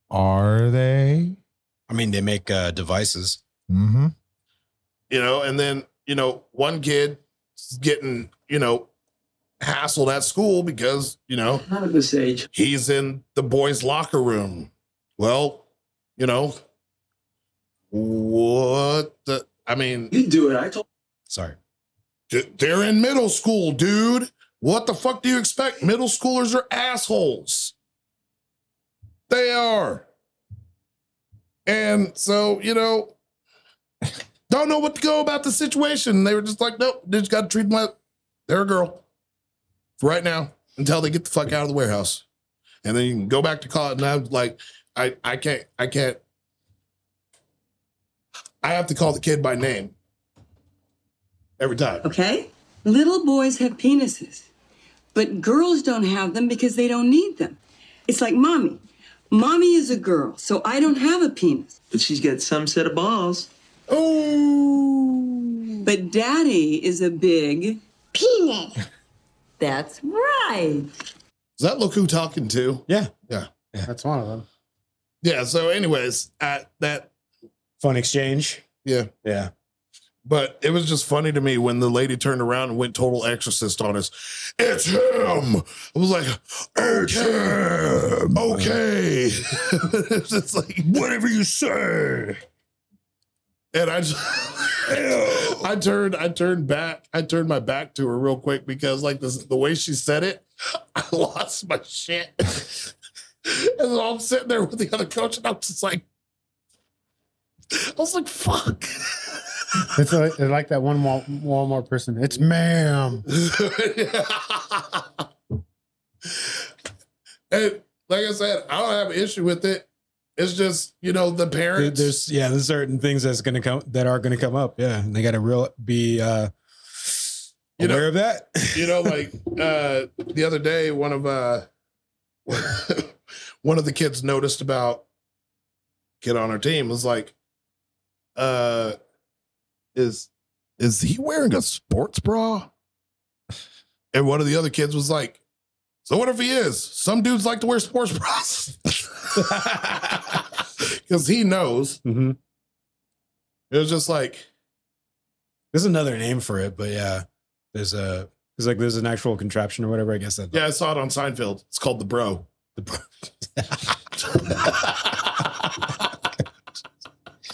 Speaker 6: Are they?
Speaker 4: I mean, they make uh, devices.
Speaker 6: Mm-hmm.
Speaker 3: you know, and then, you know, one kid getting, you know, hassled at school because, you know,
Speaker 2: Not at this age.
Speaker 3: he's in the boys' locker room. Well, you know, what the, I mean,
Speaker 2: You do it. I told
Speaker 4: Sorry.
Speaker 3: d- they're in middle school, dude. What the fuck do you expect? Middle schoolers are assholes. They are. And so, you know, don't know what to go about the situation. They were just like, nope, they just got to treat them like they're a girl for right now until they get the fuck out of the warehouse. And then you can go back to college. And I'm like, I, I can't, I can't. I have to call the kid by name every time.
Speaker 10: okay? Little boys have penises, but girls don't have them because they don't need them. It's like mommy. Mommy is a girl, so I don't have a penis.
Speaker 2: But she's got some set of balls.
Speaker 10: But daddy is a big penis. That's right.
Speaker 3: Does that look who talking to?
Speaker 4: Yeah.
Speaker 3: Yeah.
Speaker 5: That's one of them.
Speaker 3: Yeah. So, anyways, I, that,
Speaker 4: Fun exchange.
Speaker 3: yeah.
Speaker 4: Yeah.
Speaker 3: But it was just funny to me when the lady turned around and went total exorcist on us. It's him. I was like, it's him. Okay. it's just like, whatever you say. And I just, I turned, I turned back, I turned my back to her real quick because like this, the way she said it, I lost my shit. and so I'm sitting there with the other coach and I'm just like, I was like, fuck.
Speaker 5: It's like, it's like that one Wal- Walmart person. It's ma'am.
Speaker 3: and like I said, I don't have an issue with it. It's just you know the
Speaker 4: There-
Speaker 3: parents.
Speaker 4: There's yeah, there's certain things that's gonna come that are gonna come up. Yeah, and they gotta real be uh,
Speaker 3: You know-
Speaker 4: aware of that.
Speaker 3: you know like uh the other day one of uh one of the kids noticed about kid on our team was like uh is is he wearing a sports bra and one of the other kids was like so what if he is some dudes like to wear sports bras because he knows
Speaker 4: Mhm.
Speaker 3: it was just like
Speaker 4: There's another name for it, but yeah, there's a there's like there's an actual contraption or whatever. I guess that
Speaker 3: Yeah, I saw it on Seinfeld. It's called the bro. The bro.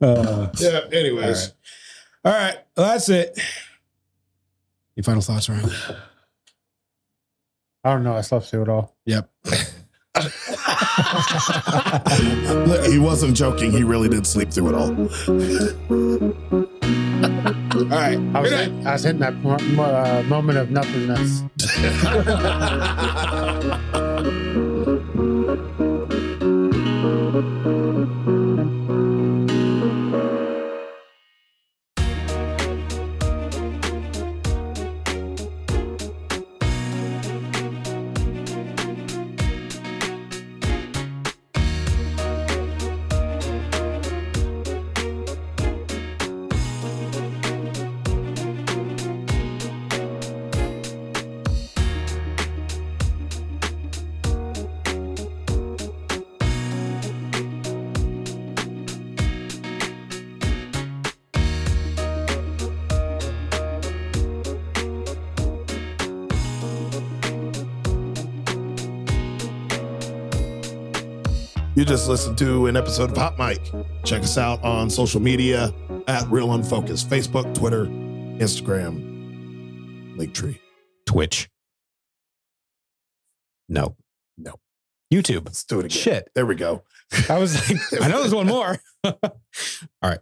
Speaker 4: Uh,
Speaker 3: yeah. Anyways,
Speaker 4: all right, well, that's it. Any final thoughts around?
Speaker 5: I don't know. I slept through it all.
Speaker 4: Yep.
Speaker 3: Look, he wasn't joking. He really did sleep through it all.
Speaker 4: All right.
Speaker 5: I was, hit- I was hitting that mo- mo- uh, moment of nothingness.
Speaker 3: You just listened to an episode of Hot Mic. Check us out on social media at Real Unfocused Facebook, Twitter, Instagram, Linktree.
Speaker 4: Twitch. No. YouTube.
Speaker 3: Let's do it again.
Speaker 4: Shit.
Speaker 3: There we go.
Speaker 4: I was like, I know there's one more. All right.